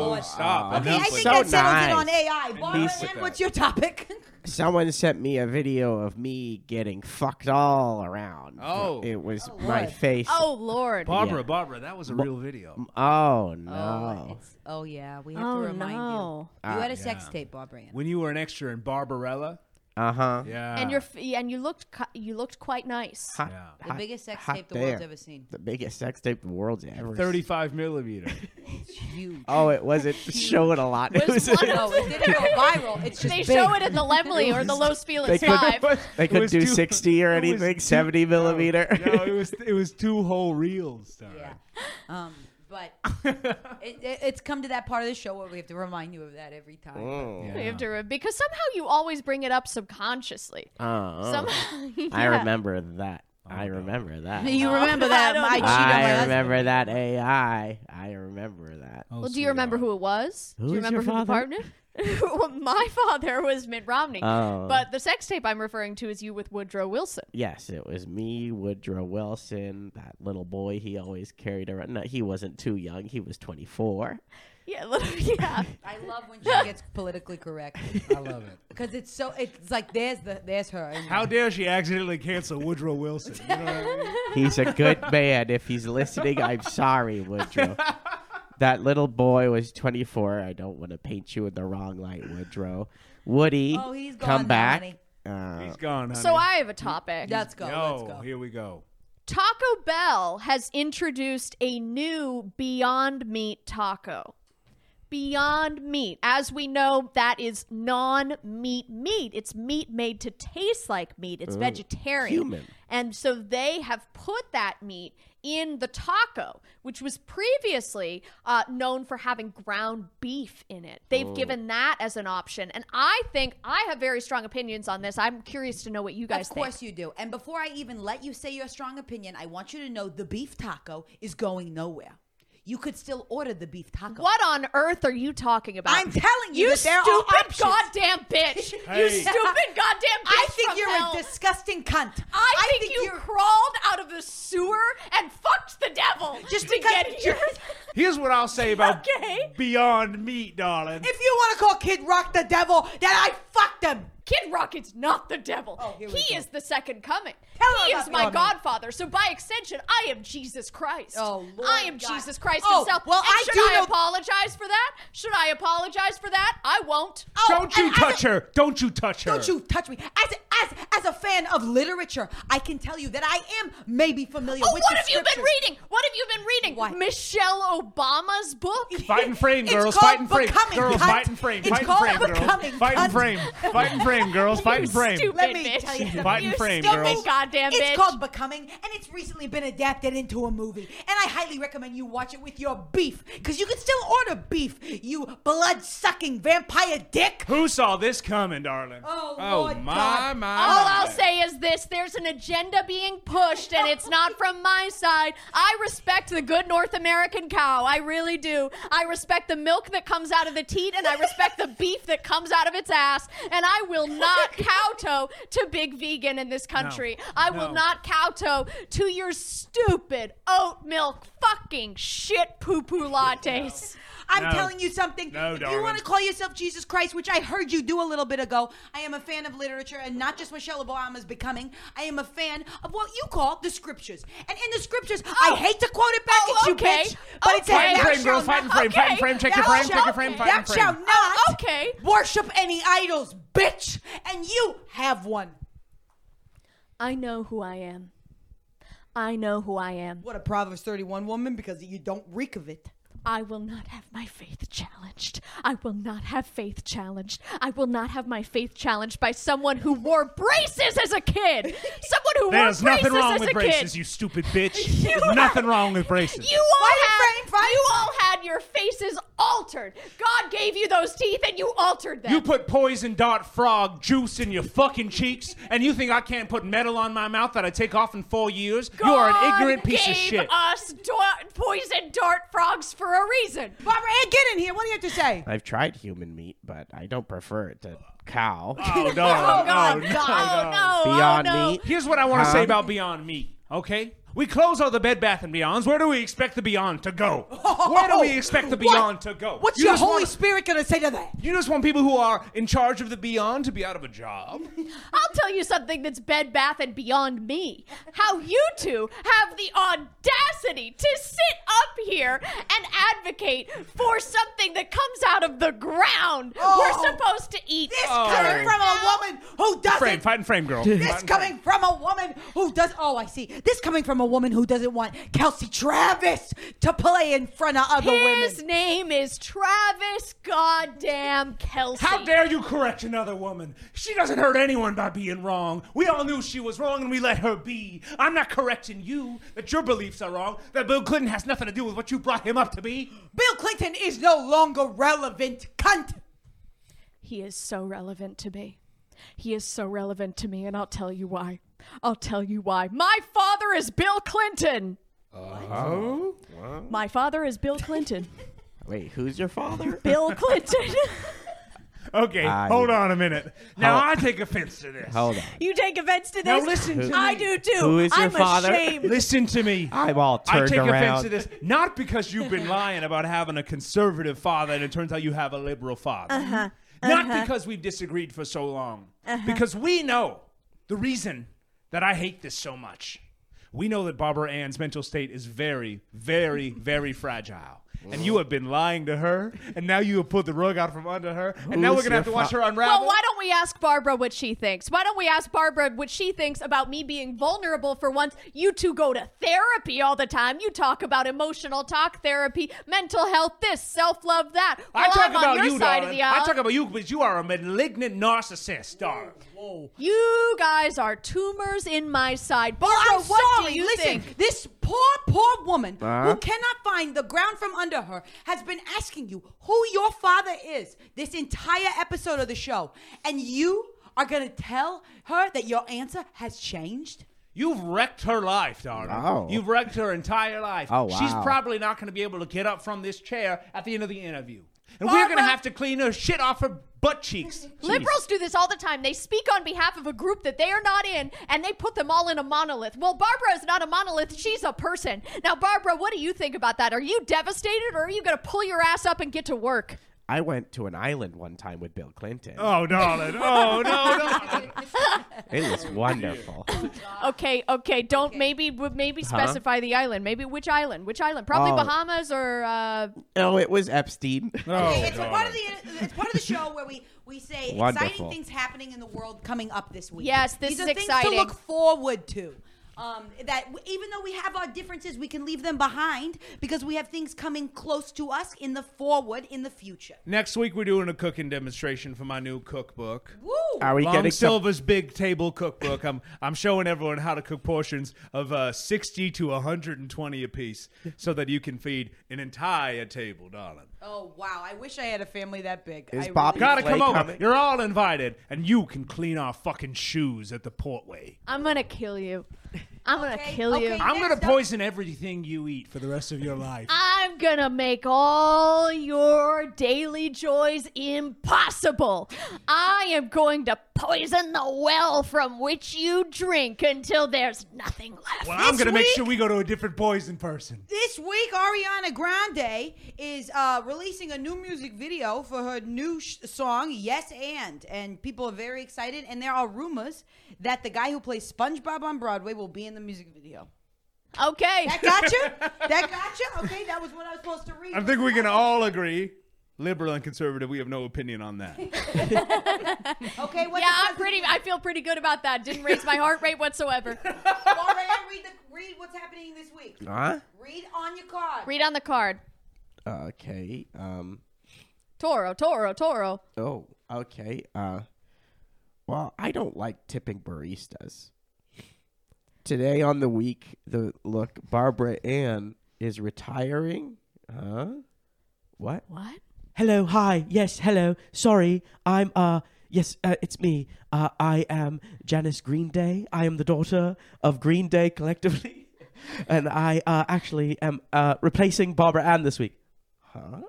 D: Lord.
B: Ah.
F: Stop.
D: Okay, I
F: Enough
D: think
F: with
A: so
D: that settles it
A: nice.
D: on AI. Barbara,
F: Peace with
D: and
F: that.
D: what's your topic?
E: Someone sent me a video of me getting fucked all around.
F: Oh.
E: it was
D: Oh,
E: my
D: Lord.
E: face.
C: Oh Lord.
B: Barbara,
E: Yeah.
B: Barbara, that was a real video.
E: Oh,
D: Oh,
E: no!
D: it's- oh yeah, we have
C: Oh,
D: to remind
C: no.
D: you. You
E: Ah,
D: had a sex
B: yeah.
D: tape, Barbara. Ann.
B: When you were an extra in Barbarella.
E: Uh huh.
B: Yeah.
C: and your f- and you looked cu- you looked quite nice.
E: Hot,
B: Yeah.
D: The biggest sex
E: hot
D: tape the world's
E: damn.
D: ever seen.
E: The biggest sex tape the world's ever.
B: 35 millimeter.
D: Huge.
E: Oh, it wasn't showing a lot. It was.
C: one
D: No, it didn't go viral. It's just
C: They
D: big.
C: show it in the Lemley or the Los
E: They
C: Feliz
E: couldn't,
C: Five.
E: they
B: It
E: couldn't
B: was
E: do
B: too-
E: sixty or
B: it was
E: anything.
B: too-
E: Seventy millimeter.
B: no, it was it was two whole reels. Sorry.
D: Yeah. Um, but it, it, it's come to that part of the show where we have to remind you of that every time.
E: Mm.
B: Yeah.
C: We have to re- because somehow you always bring it up subconsciously.
E: Oh,
C: Somehow,
E: I
C: yeah.
E: remember that. I remember that.
D: You remember that?
C: I don't
D: I,
C: know.
D: cheated on my
E: I
D: husband.
E: remember that AI. I remember that.
B: Oh,
C: Well, do you remember who it was?
E: Who
C: do you
E: is your
C: remember who
E: father?
C: the partner? well, my father was Mitt Romney.
E: Oh.
C: But the sex tape I'm referring to is you with Woodrow Wilson.
E: Yes, it was me, Woodrow Wilson, that little boy he always carried around. No, he wasn't too young. He was 24.
C: Yeah, little, yeah.
D: I love when she gets politically correct
B: I love it.
D: because it's so. It's like there's the there's her. And
B: How dare she accidentally cancel Woodrow Wilson? You know what I mean?
E: He's a good man. If he's listening, I'm sorry, Woodrow. That little boy was 24. I don't want to paint you in the wrong light, Woodrow. Woody,
D: Oh, he's gone
E: come
D: now,
E: back.
D: honey.
E: Uh,
B: He's gone, honey.
C: So I have a topic.
D: Let's go.
B: No,
D: let's go.
B: here we go.
C: Taco Bell has introduced a new Beyond Meat taco. Beyond Meat. As we know, that is non meat meat. It's meat made to taste like meat, it's vegetarian.
E: human.
C: And so they have put that meat in the taco, which was previously uh, known for having ground beef in it. They've given that as an option. And I think I have very strong opinions on this. I'm curious to know what you guys
D: Of course
C: think.
D: you do. And before I even let you say your strong opinion, I want you to know the beef taco is going nowhere. You could still order the beef taco.
C: What on earth are you talking about?
D: I'm telling you
C: you
D: that there are
C: stupid
D: options.
C: goddamn bitch. You
B: Hey.
C: stupid goddamn bitch.
D: I think
C: from
D: you're
C: hell.
D: a disgusting cunt.
C: I, think, you crawled out of the sewer and fucked the devil
D: Just
C: to
D: because-
C: get here.
B: Here's what I'll say about
C: Okay.
B: Beyond Meat, darling.
D: If you want to call Kid Rock the devil, then I fucked him.
C: Kid Rocket's not the devil.
D: Oh, here we
C: he
D: go.
C: is the second coming.
D: Tell her
C: he
D: about
C: is
D: the
C: my
D: woman.
C: godfather. So by extension, I am Jesus Christ.
D: Oh, Lord
C: I am
D: God.
C: Jesus Christ
D: Oh,
C: himself.
D: well,
C: And
D: I
C: should
D: do
C: I
D: know-
C: apologize for that? Should I apologize for that? I won't.
D: Oh,
B: Don't you
D: and as
B: touch
D: a-
B: her. Don't you touch her.
D: Don't you touch me. As as as a fan of literature, I can tell you that I am maybe familiar
C: Oh,
D: with
C: what
D: the
C: have you been
D: scriptures.
C: reading? What have you been reading?
D: What?
C: Michelle Obama's book?
B: Fight and frame,
D: It's
B: girls.
D: called
B: Fight and frame.
D: becoming,
B: Girls,
D: cunt.
B: fight and frame.
D: It's
B: Fight and
D: called
B: frame,
D: becoming,
B: girls. Fight and
D: cunt.
B: frame. Fight and frame, girls. Fight and frame.
C: Stupid
D: Let me
C: bitch.
D: tell you something.
B: Fight and
C: You
B: frame,
C: stupid
B: girls.
C: goddamn bitch.
D: It's called Becoming, and it's recently been adapted into a movie. And I highly recommend you watch it with your beef, because you can still order beef, you blood sucking vampire dick.
B: Who saw this coming, darling?
D: Oh,
B: my,
D: Lord
B: my,
D: God.
B: my.
C: All I'll say is this there's an agenda being pushed, and it's not from my side. I respect the good North American cow. I really do. I respect the milk that comes out of the teat, and I respect the beef that comes out of its ass. And I will not kowtow to big vegan in this country. I will
B: No.
C: not kowtow to your stupid oat milk fucking shit poo poo lattes.
D: I'm
B: No.
D: telling you something.
B: No,
D: if you
B: darling.
D: want to call yourself Jesus Christ, which I heard you do a little bit ago, I am a fan of literature and not just Michelle Obama's becoming. I am a fan of what you call the scriptures. And in the scriptures, I hate to quote it back
C: Oh,
D: at you,
C: okay.
D: bitch, but it's
C: Okay.
D: it
B: Fight and
D: says, "Thou
B: frame, girls.
D: shalt
B: Fight and
D: not-
B: frame. Fight and
C: okay.
B: frame. Check your
D: Thou
B: frame. Check your
D: shalt-
B: frame.
C: okay.
B: Fight
D: Thou
B: and frame.
D: shalt not
C: okay.
D: worship any idols, bitch. And you have one.
C: I know who I am. I know who I am.
D: What a Proverbs 31 woman, because you don't reek of it.
C: I will not have my faith challenged. I will not have faith challenged. I will not have my faith challenged by someone who wore braces as a kid. Someone who
B: There's
C: wore
B: nothing
C: braces
B: wrong
C: as
B: with
C: a
B: braces,
C: kid.
B: you stupid bitch. There's nothing wrong with braces.
C: You all
D: Fight
C: had
D: and frame, fight.
C: you all had your faces altered. God gave you those teeth and you altered them.
B: You put poison dart frog juice in your fucking cheeks, and you think I can't put metal on my mouth that I take off in four years? you are an
C: God
B: ignorant piece of
C: gave
B: shit.
C: us do- poison dart frogs for a reason.
D: Barbara Ann, get in here. What do you have to say?
E: I've tried human meat, but I don't prefer it to cow.
B: Oh, no.
D: Oh,
B: no,
D: God, God.
B: no.
C: Oh no!
E: Beyond
C: oh, no.
E: meat.
B: Here's what I want to
E: Huh?
B: say about Beyond Meat, okay? We close all the Bed Bath and Beyonds. Where do we expect the Beyond to go? Where do we expect the
D: Oh, What?
B: Beyond to go?
D: What's
B: You
D: your
B: just
D: Holy
B: want-
D: Spirit going to say to that?
B: You just want people who are in charge of the Beyond to be out of a job?
C: I'll tell you something that's Bed Bath and Beyond me. How you two have the audacity to sit up here and advocate for something that comes out of the ground.
D: Oh.
C: We're supposed to eat.
D: This
B: Oh.
D: coming from a woman who doesn't.
B: Frame, fight and frame, girl.
D: This
B: Fight and
D: coming from a woman who does. Oh, I see. This coming from a woman who doesn't want Kelsey Travis to play in front of other
C: His
D: women.
C: name is Travis Goddamn Kelsey.
B: How dare you correct another woman? She doesn't hurt anyone by being wrong. We all knew she was wrong and we let her be. I'm not correcting you that your beliefs are wrong, that Bill Clinton has nothing to do with what you brought him up to be.
D: Bill Clinton is no longer relevant, cunt.
C: He is so relevant to me. He is so relevant to me, and I'll tell you why. I'll tell you why. My father is Bill Clinton. Oh? My father is Bill Clinton.
E: Wait, who's your father?
C: Bill Clinton.
B: Okay,
E: I-
B: hold on a minute. Now
E: Hold-
B: I take offense to this.
E: Hold on.
C: You take offense to this?
B: Now listen to
C: I
B: me.
C: do too.
E: Who is your
C: I'm
E: father?
C: ashamed.
B: Listen to me.
E: I'm all
B: I
E: turned
B: take offense
E: around.
B: to this not because you've been lying about having a conservative father and it turns out you have a liberal father.
C: Uh-huh,
B: Not because we've disagreed for so long. Because we know the reason that I hate this so much. We know that Barbara Ann's mental state is very, very, very fragile. And you have been lying to her, and now you have pulled the rug out from under her, and now
E: Who's
B: we're gonna have to
E: your
B: watch
E: fa-
B: her unravel.
C: well, why don't we ask Barbara what she thinks? Why don't we ask Barbara what she thinks about me being vulnerable for once? You two go to therapy all the time. You talk about emotional talk therapy, mental health, this, self love, that. Well,
B: I talk
C: am
B: about
C: on your
B: you,
C: side
B: darling.
C: of the aisle.
B: I talk about you because you are a malignant narcissist, darling.
C: you guys are tumors in my side. Barbara,
D: I'm
C: what
D: sorry.
C: do you
D: Listen,
C: think?
D: this poor, poor woman
E: Huh?
D: who cannot find the ground from under her has been asking you who your father is this entire episode of the show, and you are gonna tell her that your answer has changed.
B: You've wrecked her life, darling.
E: Wow.
B: You've wrecked her entire life.
E: Oh,
B: She's
E: wow.
B: probably not going to be able to get up from this chair at the end of the interview. And we're going to
C: Barbara-
B: have to clean her shit off her butt cheeks.
C: Liberals do this all the time. They speak on behalf of a group that they are not in, and they put them all in a monolith. Well, Barbara is not a monolith. She's a person. Now, Barbara, what do you think about that? Are you devastated, or are you going to pull your ass up and get to work?
E: I went to an island one time with Bill Clinton.
B: Oh, darling. Oh, no, no.
E: It was wonderful.
C: Okay, okay. Don't maybe w- maybe specify the island. Maybe which island? Which island? Probably
E: Oh.
C: Bahamas or uh,
E: oh, it was Epstein.
B: Oh,
D: it's a part of the it's part of the show where we we say exciting
E: Wonderful.
D: things happening in the world coming up this week.
C: Yes, this
D: These
C: is
D: are things
C: exciting.
D: to look forward to. Um, that w- even though we have our differences, we can leave them behind because we have things coming close to us in the forward in the future.
B: Next week, we're doing a cooking demonstration for my new cookbook.
D: Woo!
E: Are we
B: Long
E: getting some-
B: Silver's Big Table Cookbook. I'm I'm showing everyone how to cook portions of uh, 60 to 120 apiece, so that you can feed an entire table, darling.
D: oh wow! I wish I had a family that big.
E: Is
D: I
E: Bobby-
B: Gotta
E: Flay
B: come over.
E: coming?
B: You're all invited, and you can clean our fucking shoes at the portway.
C: I'm gonna kill you. I'm gonna
D: Okay,
C: kill you.
D: okay.
B: I'm gonna
D: Next up-
B: poison everything you eat for the rest of your life.
C: I'm gonna make all your daily joys impossible. I am going to poison the well from which you drink until there's nothing left.
B: Well, I'm
D: This
B: gonna make
D: week-
B: sure we go to a different poison person.
D: This week, Ariana Grande is uh, releasing a new music video for her new sh- song, Yes and. And people are very excited. And there are rumors that the guy who plays SpongeBob on Broadway will be in the music video.
C: Okay.
D: That gotcha? that gotcha? Okay, that was what I was supposed to read.
B: I think we can all agree, liberal and conservative, we have no opinion on that.
D: Okay, what
C: Yeah, I'm pretty. I feel pretty good about that. Didn't raise my heart rate whatsoever.
D: Lauren, read, the, read what's happening this week.
E: Huh?
D: Read on your card.
C: Read on the card.
E: Okay. Um.
C: Toro, Toro, Toro.
E: Oh. Okay. Uh. Well, I don't like tipping baristas. Today on the week, the look Barbara Ann is retiring. Huh? What?
C: What?
A: Hello, hi, yes, hello. Sorry, I'm uh yes, uh, it's me. Uh I am Janice Green Day. I am the daughter of Green Day collectively. and I uh actually am uh replacing Barbara Ann this week.
E: Huh?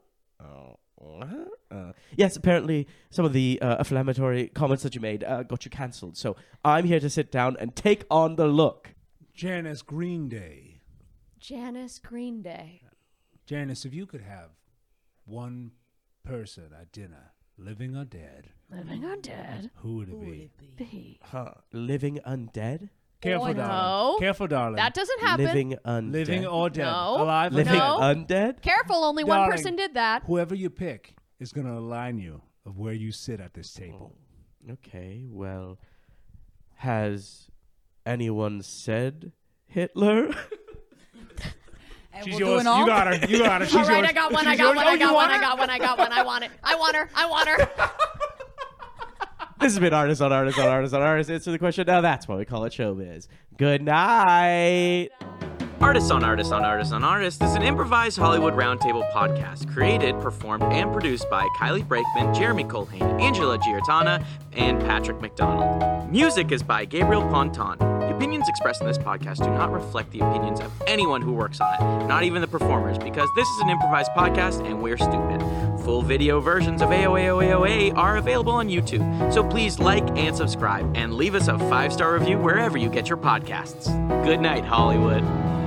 E: Oh. What? Uh,
A: Yes, apparently some of the uh, inflammatory comments that you made uh, got you cancelled. So I'm here to sit down and take on the look.
B: Janice Green Day.
C: Janice Green Day.
B: Janice, if you could have one person at dinner, living or dead,
C: Living on dead.
B: who would it be?
A: Huh. Living undead?
B: Careful,
C: Oh,
B: darling.
C: no.
B: Careful, darling.
C: That doesn't happen.
A: Living undead.
B: living or dead,
C: No.
B: alive or
A: Living
C: No.
B: dead.
A: undead?
C: Careful, only one
B: Darling.
C: person did that.
B: Whoever you pick is going to align you of where you sit at this table.
A: Okay, well, has anyone said Hitler?
D: And
B: She's
D: we'll do
B: yours.
D: an
B: You
D: all-
B: got her. You got her. She's
C: All right,
B: yours.
C: I got one. I
B: She's
C: got
B: yours.
C: one.
B: Oh,
C: I
B: you
C: got one.
B: want
C: I
B: her?
C: got one. I got one. I want it. I want her. I want her.
A: this has been Artist on Artist on Artist on Artist. Answer the question. Now that's why we call it showbiz. Good night.
H: Artists on Artists on Artists on Artists is an improvised Hollywood roundtable podcast created, performed, and produced by Kylie Brakeman, Jeremy Colhane, Angela Giordana, and Patrick McDonald. Music is by Gabriel Ponton. The opinions expressed in this podcast do not reflect the opinions of anyone who works on it, not even the performers, because this is an improvised podcast and we're stupid. Full video versions of AOAOAOA are available on YouTube, so please like and subscribe and leave us a five star review wherever you get your podcasts. Good night, Hollywood.